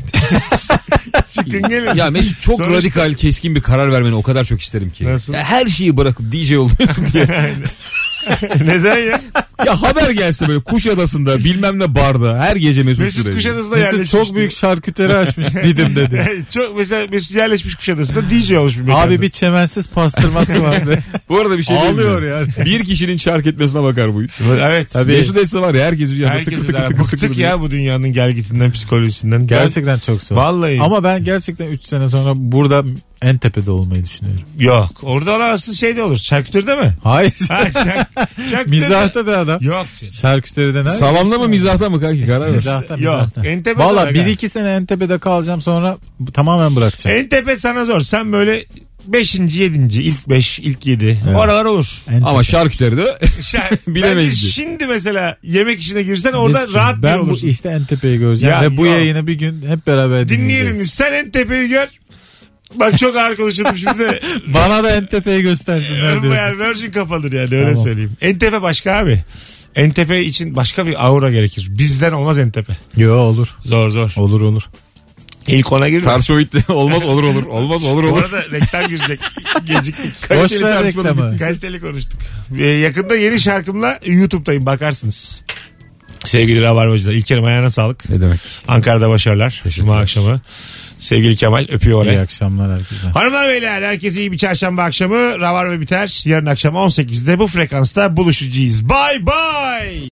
Speaker 2: Çıkın gelin.
Speaker 4: Ya Mesut çok
Speaker 2: Sonra-
Speaker 4: radikal keskin bir karar vermeni o kadar çok isterim ki.
Speaker 2: Nasıl?
Speaker 4: Ya her şeyi bırakıp DJ oluyorum diye.
Speaker 2: [laughs] Neden ya?
Speaker 4: ya haber gelse böyle Kuşadası'nda bilmem ne barda her gece Mesut,
Speaker 2: Mesut
Speaker 4: Süre.
Speaker 2: Kuşadası'na
Speaker 3: Mesut
Speaker 2: yerleşmiş. [laughs]
Speaker 3: çok büyük şarküteri açmış Didim dedi.
Speaker 2: çok mesela Mesut yerleşmiş Kuşadası'nda DJ olmuş bir mekanda.
Speaker 3: Abi bir çemensiz
Speaker 2: [laughs]
Speaker 3: pastırması vardı.
Speaker 4: Bu arada bir şey diyeyim mi?
Speaker 3: Ağlıyor yani.
Speaker 4: Bir kişinin şark etmesine bakar bu iş.
Speaker 2: Evet.
Speaker 3: Tabii.
Speaker 4: Mesut etse var ya herkes yani
Speaker 2: Herkes
Speaker 4: tıkır
Speaker 2: tıkır
Speaker 4: tıkır tıkır tıkır.
Speaker 2: bıktık
Speaker 4: diyor.
Speaker 2: ya bu dünyanın gelgitinden psikolojisinden.
Speaker 3: Gerçekten çok zor.
Speaker 2: Vallahi.
Speaker 3: Ama ben gerçekten 3 sene sonra burada en tepede olmayı düşünüyorum.
Speaker 2: Ben, yok. Orada olan aslında şey de olur. Şarküterde mi?
Speaker 3: Hayır.
Speaker 2: Ha, şark, şarküteri-
Speaker 3: [laughs] Mizahta bir adam.
Speaker 2: Yok. canım.
Speaker 3: Şarküteriden her
Speaker 4: Salamda mı mizahta mı kanki karar ver.
Speaker 3: Mizahta
Speaker 2: Yok.
Speaker 3: mizahta.
Speaker 2: En tepede
Speaker 3: Valla
Speaker 2: olarak ha.
Speaker 3: 1-2 sene en tepede kalacağım sonra bu- tamamen bırakacağım.
Speaker 2: En tepe sana zor. Sen böyle 5. 7. ilk 5, ilk 7. Oralar olur.
Speaker 3: En tepe.
Speaker 4: Ama şarküteri de [laughs]
Speaker 2: Şa-
Speaker 4: Bilemeyiz
Speaker 2: Bence
Speaker 4: diyor.
Speaker 2: şimdi mesela yemek işine girsen orada
Speaker 3: Mesut'cum,
Speaker 2: rahat bir
Speaker 3: ben
Speaker 2: olursun.
Speaker 3: bu işte en tepeyi göreceğim
Speaker 2: Ya,
Speaker 3: ve bu
Speaker 2: ya.
Speaker 3: yayını bir gün hep beraber
Speaker 2: Dinleyelim.
Speaker 3: dinleyeceğiz.
Speaker 2: Sen en tepeyi gör. Bak çok ağır konuşuyordum şimdi de.
Speaker 3: Bana da en tepeyi göstersinler diyorsun.
Speaker 2: yani Virgin kapalıdır yani öyle
Speaker 3: Tamam.
Speaker 2: söyleyeyim. En tepe başka abi. En tepe için başka bir aura gerekir. Bizden olmaz en tepe.
Speaker 3: Yo olur.
Speaker 2: Zor zor.
Speaker 3: Olur olur.
Speaker 2: İlk ona girme.
Speaker 4: tarsoid olmaz olur olur. Olmaz olur
Speaker 2: Bu
Speaker 4: olur.
Speaker 2: arada reklam girecek. Geciktik.
Speaker 3: Boş
Speaker 4: Kaliteli
Speaker 3: ver
Speaker 4: tartışmanın
Speaker 3: reklamı.
Speaker 2: Kaliteli konuştuk. Ee, yakında yeni şarkımla YouTube'dayım bakarsınız. Sevgili Rabarbacılar İlker'im ayağına sağlık.
Speaker 4: Ne demek?
Speaker 2: Ankara'da başarılar. Cuma akşamı. Sevgili Kemal öpüyor
Speaker 3: İyi
Speaker 2: oraya.
Speaker 3: akşamlar herkese.
Speaker 2: Hanımlar beyler herkese iyi bir çarşamba akşamı. Rabarba biter. Yarın akşam 18'de bu frekansta buluşacağız. Bay bay.